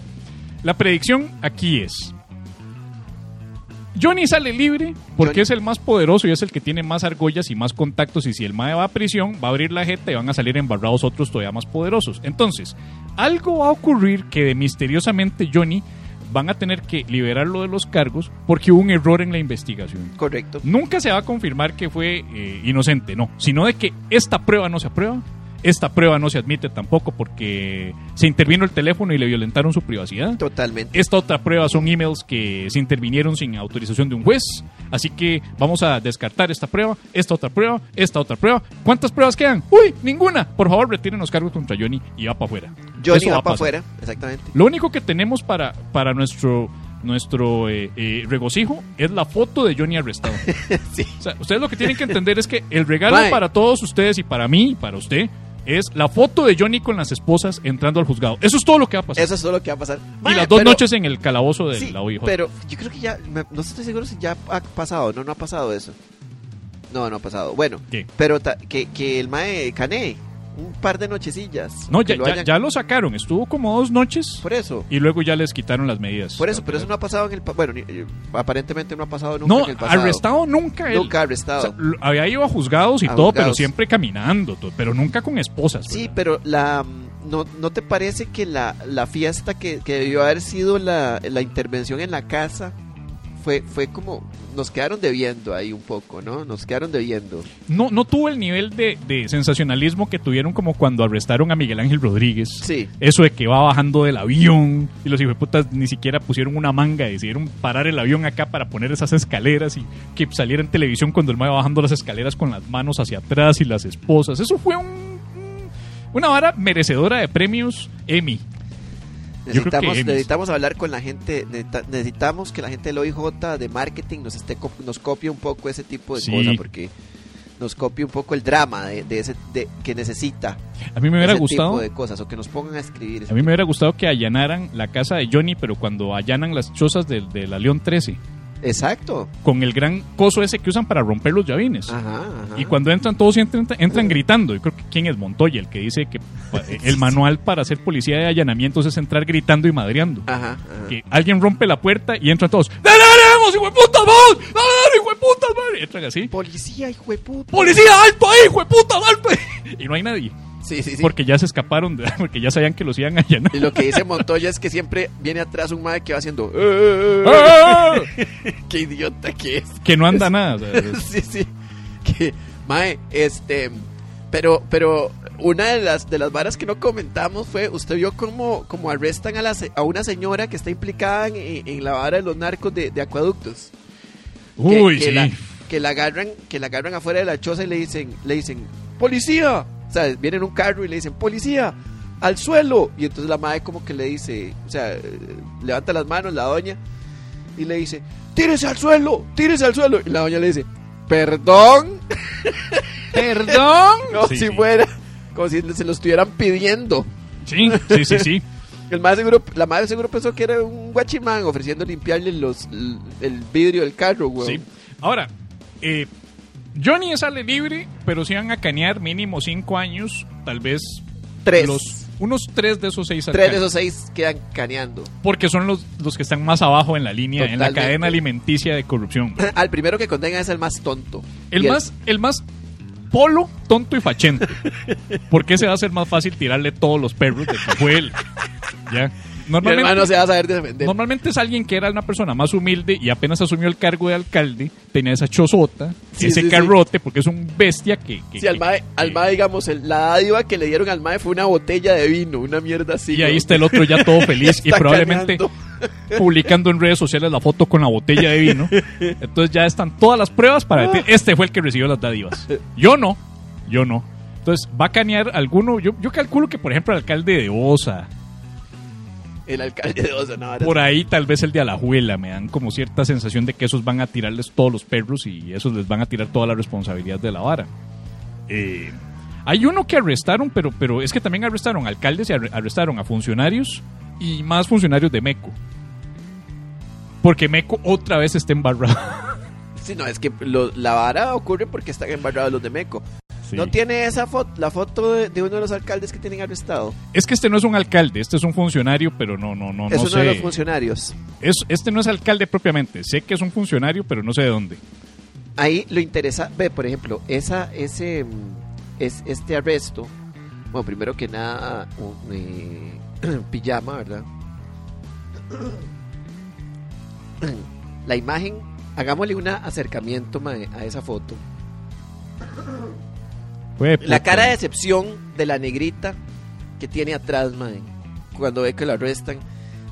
Speaker 2: La predicción aquí es Johnny sale libre porque
Speaker 1: Johnny.
Speaker 2: es el más poderoso y es el que tiene más argollas y más contactos y si el mae va a prisión va a abrir la jeta y van a salir embarrados otros todavía más poderosos. Entonces, algo va a ocurrir que de misteriosamente Johnny van a tener que liberarlo de los cargos porque hubo un error en la investigación.
Speaker 1: Correcto.
Speaker 2: Nunca se va a confirmar que fue eh, inocente, no, sino de que esta prueba no se aprueba, esta prueba no se admite tampoco porque se intervino el teléfono y le violentaron su privacidad.
Speaker 1: Totalmente.
Speaker 2: Esta otra prueba son emails que se intervinieron sin autorización de un juez, así que vamos a descartar esta prueba, esta otra prueba, esta otra prueba. ¿Cuántas pruebas quedan? Uy, ninguna. Por favor, retiren los cargos contra Johnny y va para afuera.
Speaker 1: Johnny
Speaker 2: Eso
Speaker 1: va
Speaker 2: a
Speaker 1: para
Speaker 2: pasar.
Speaker 1: afuera, exactamente.
Speaker 2: Lo único que tenemos para, para nuestro, nuestro eh, eh, regocijo es la foto de Johnny arrestado.
Speaker 1: Sí.
Speaker 2: O sea, ustedes lo que tienen que entender es que el regalo
Speaker 1: Mae.
Speaker 2: para todos ustedes y para mí y para usted es la foto de Johnny con las esposas entrando al juzgado. Eso es todo lo que va a pasar.
Speaker 1: Eso es todo lo que va a pasar.
Speaker 2: y
Speaker 1: Mae,
Speaker 2: las dos
Speaker 1: pero-
Speaker 2: noches en el calabozo de
Speaker 1: Sí,
Speaker 2: la OIJ.
Speaker 1: pero yo creo que ya, me- no estoy seguro si ya ha pasado, no, no ha pasado eso. No, no ha pasado. Bueno,
Speaker 2: ¿Qué?
Speaker 1: pero ta- que, que el Mae Cané, un par de nochecillas.
Speaker 2: no,
Speaker 1: que
Speaker 2: ya
Speaker 1: lo
Speaker 2: ya-
Speaker 1: hayan-
Speaker 2: ya lo sacaron. Estuvo como dos noches
Speaker 1: Por eso,
Speaker 2: y luego ya les quitaron las medidas.
Speaker 1: por eso, pero eso no ha pasado en el... pa- Bueno, ni- eh, aparentemente no ha pasado nunca
Speaker 2: No,
Speaker 1: en el pasado.
Speaker 2: arrestado nunca él.
Speaker 1: Nunca arrestado.
Speaker 2: O sea, lo- había ido a juzgados y
Speaker 1: A
Speaker 2: todo, pero
Speaker 1: juzgados.
Speaker 2: siempre caminando, todo, pero nunca con esposas.
Speaker 1: sí,
Speaker 2: ¿verdad?
Speaker 1: pero la... mm, ¿No, ¿No te parece que la, la fiesta que, que debió haber sido la, la intervención en la casa fue, fue como... Nos quedaron debiendo ahí un poco, ¿no? Nos quedaron debiendo.
Speaker 2: no, no tuvo el nivel de, de sensacionalismo que tuvieron como cuando arrestaron a Miguel Ángel Rodríguez.
Speaker 1: Sí.
Speaker 2: Eso de que va bajando del avión y los putas ni siquiera pusieron una manga, decidieron parar el avión acá para poner esas escaleras y que saliera en televisión cuando el mae va bajando las escaleras con las manos hacia atrás y las esposas. Eso fue un, un- una vara merecedora de premios Emmy. Yo creo que
Speaker 1: Necesitamos,
Speaker 2: Emmys.
Speaker 1: necesitamos hablar con la gente, necesita- necesitamos que la gente del OIJ de marketing nos esté cop- nos copie un poco ese tipo de
Speaker 2: Sí.
Speaker 1: cosas, porque nos copie un poco el drama de, de ese de- que necesita
Speaker 2: A mí me hubiera
Speaker 1: ese
Speaker 2: gustado
Speaker 1: tipo de cosas, o que nos pongan a escribir. ese
Speaker 2: A mí me
Speaker 1: tipo-
Speaker 2: hubiera gustado que allanaran la casa de Johnny, pero cuando allanan las chozas del de la León 13,
Speaker 1: Exacto.
Speaker 2: con el gran coso ese que usan para romper los llavines.
Speaker 1: Ajá, ajá.
Speaker 2: Y cuando entran, todos entran, entran gritando. Yo creo que quién es Montoya, el que dice que pa- el manual para ser policía de allanamientos es entrar gritando y madreando.
Speaker 1: Ajá, ajá.
Speaker 2: Que alguien rompe la puerta y entran todos. ¡Denaremos, hijo de putas, vos! ¡Denaremos, hijo de putas, madre! Entran así.
Speaker 1: Policía, hijo de puta.
Speaker 2: ¡Policía, alto ahí, hijo de putas, alto ahí! Y no hay nadie.
Speaker 1: Sí, sí, sí.
Speaker 2: Porque ya se escaparon, de- porque ya sabían que los iban a allanar.
Speaker 1: Y lo que dice Montoya es que siempre viene atrás un madre que va haciendo. "Eh, eh,
Speaker 2: ¡Ah!
Speaker 1: eh". ¡Qué idiota que es!
Speaker 2: que no anda nada. o sea, es-
Speaker 1: sí, sí. Que, mae, este. Pero, pero una de las, de las varas que no comentamos fue: Usted vio cómo, cómo arrestan a, la, se- a una señora que está implicada en, en la vara de los narcos de, de acueductos. Que-
Speaker 2: Uy,
Speaker 1: que,
Speaker 2: sí.
Speaker 1: La, que, la agarran, que la agarran afuera de la choza y le dicen: le dicen ¡Policía! O sea, viene en un carro y le dicen: ¡Policía! ¡Al suelo! Y entonces la madre, como que le dice: O sea, eh, levanta las manos la doña y le dice: ¡Tírese al suelo! ¡Tírese al suelo! Y la doña le dice: ¿Perdón?
Speaker 2: ¿Perdón?
Speaker 1: No,
Speaker 2: Sí,
Speaker 1: si
Speaker 2: sí.
Speaker 1: fuera. Como si se lo estuvieran pidiendo.
Speaker 2: Sí, sí, sí, sí.
Speaker 1: El más seguro, la madre seguro pensó que era un guachimán ofreciendo limpiarle los, l- el vidrio del carro, güey.
Speaker 2: Sí. Ahora, eh, Johnny sale libre, pero si van a canear mínimo cinco años, tal vez
Speaker 1: Tres.
Speaker 2: los unos tres de esos seis
Speaker 1: Tres de
Speaker 2: alcan-
Speaker 1: esos seis quedan caneando.
Speaker 2: Porque son los, los que están más abajo en la línea, en la
Speaker 1: Totalmente.
Speaker 2: cadena alimenticia de corrupción.
Speaker 1: Al primero que contengan es el más tonto.
Speaker 2: El
Speaker 1: Y
Speaker 2: más, el más polo, tonto y fachento. Porque se va a hacer más fácil tirarle todos los perros de que fue él. Ya.
Speaker 1: Mi
Speaker 2: Normalmente,
Speaker 1: hermano se va a saber defender.
Speaker 2: normalmente es alguien que era una persona más humilde y apenas asumió el cargo de alcalde, tenía esa chozota,
Speaker 1: Sí, sí,
Speaker 2: ese
Speaker 1: sí.
Speaker 2: carrote, porque es un bestia que. que-
Speaker 1: Sí, al
Speaker 2: que-
Speaker 1: mae, al mae, digamos, el- la dádiva que le dieron al mae fue una botella de vino, una mierda así.
Speaker 2: y ahí
Speaker 1: ¿no?
Speaker 2: está el otro ya todo feliz y
Speaker 1: Está
Speaker 2: probablemente
Speaker 1: caneando.
Speaker 2: publicando en redes sociales la foto con la botella de vino. Entonces ya están todas las pruebas para decir, este fue el que recibió las dádivas. Yo no, yo no. Entonces va a canear alguno, yo, yo calculo que por ejemplo el alcalde de Osa,
Speaker 1: El alcalde de Osa, no, ahora
Speaker 2: por ahí tal vez el de Alajuela, me dan como cierta sensación de que esos van a tirarles todos los perros y esos les van a tirar toda la responsabilidad de la vara. Eh, hay uno que arrestaron, pero, pero es que también arrestaron a alcaldes y arre- arrestaron a funcionarios y más funcionarios de MECO. Porque MECO otra vez está embarrado.
Speaker 1: Sí, no, es que lo- la vara ocurre porque están embarrados los de Meco.
Speaker 2: Sí.
Speaker 1: ¿No tiene esa foto, la foto de, de uno de los alcaldes que tienen arrestado?
Speaker 2: Es que este no es un alcalde, este es un funcionario, pero no, no, no,
Speaker 1: es
Speaker 2: no
Speaker 1: uno de los
Speaker 2: sé.
Speaker 1: funcionarios.
Speaker 2: Es- este no es alcalde propiamente, sé que es un funcionario, pero no sé de dónde.
Speaker 1: Ahí lo interesa, ve, por ejemplo, esa, ese, mm, es, este arresto. Bueno, primero que nada, un, eh, pijama, ¿verdad? La imagen, hagámosle un acercamiento mae, a esa foto.
Speaker 2: Fue
Speaker 1: La
Speaker 2: puta.
Speaker 1: cara de decepción de la negrita que tiene atrás, mae, cuando ve que lo arrestan.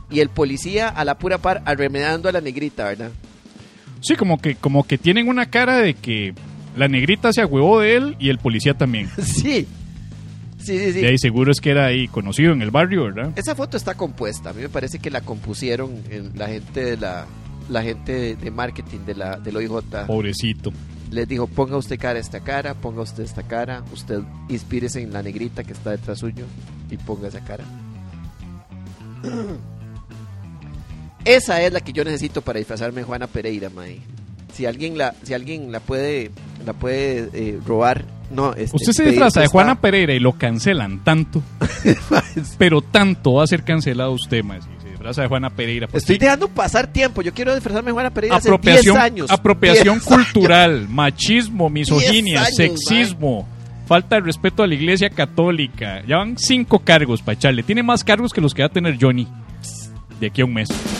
Speaker 1: Y el policía a la pura par arremedando a la negrita, ¿verdad?
Speaker 2: Sí, como que, como que tienen una cara de que la negrita se agüevó de él y el policía también.
Speaker 1: Sí. Sí, sí, sí.
Speaker 2: De ahí seguro es que era ahí conocido en el barrio, ¿verdad?
Speaker 1: Esa foto está compuesta. A mí me parece que la compusieron en la gente de la, la gente de, de marketing de la, del OIJ.
Speaker 2: Pobrecito.
Speaker 1: Les dijo, ponga usted cara a esta cara, ponga usted esta cara, usted inspírese en la negrita que está detrás suyo y ponga esa cara. Esa es la que yo necesito para disfrazarme de Juana Pereira, Mae. Si alguien la, si alguien la puede, la puede eh, robar, no. este,
Speaker 2: Usted se
Speaker 1: pedir
Speaker 2: disfraza de Juana
Speaker 1: prestada.
Speaker 2: Pereira y lo cancelan tanto, pero tanto va a ser cancelado usted, mae. Si se disfraza de Juana Pereira. pues
Speaker 1: Estoy
Speaker 2: sí.
Speaker 1: dejando pasar tiempo. Yo quiero disfrazarme de Juana Pereira hace 10
Speaker 2: apropiación,
Speaker 1: años.
Speaker 2: apropiación
Speaker 1: 10 años.
Speaker 2: cultural, machismo,
Speaker 1: 10
Speaker 2: misoginia,
Speaker 1: años,
Speaker 2: sexismo, falta de respeto a la iglesia católica. Ya van cinco cargos para echarle. Tiene más cargos que los que va a tener Johnny de aquí a un mes.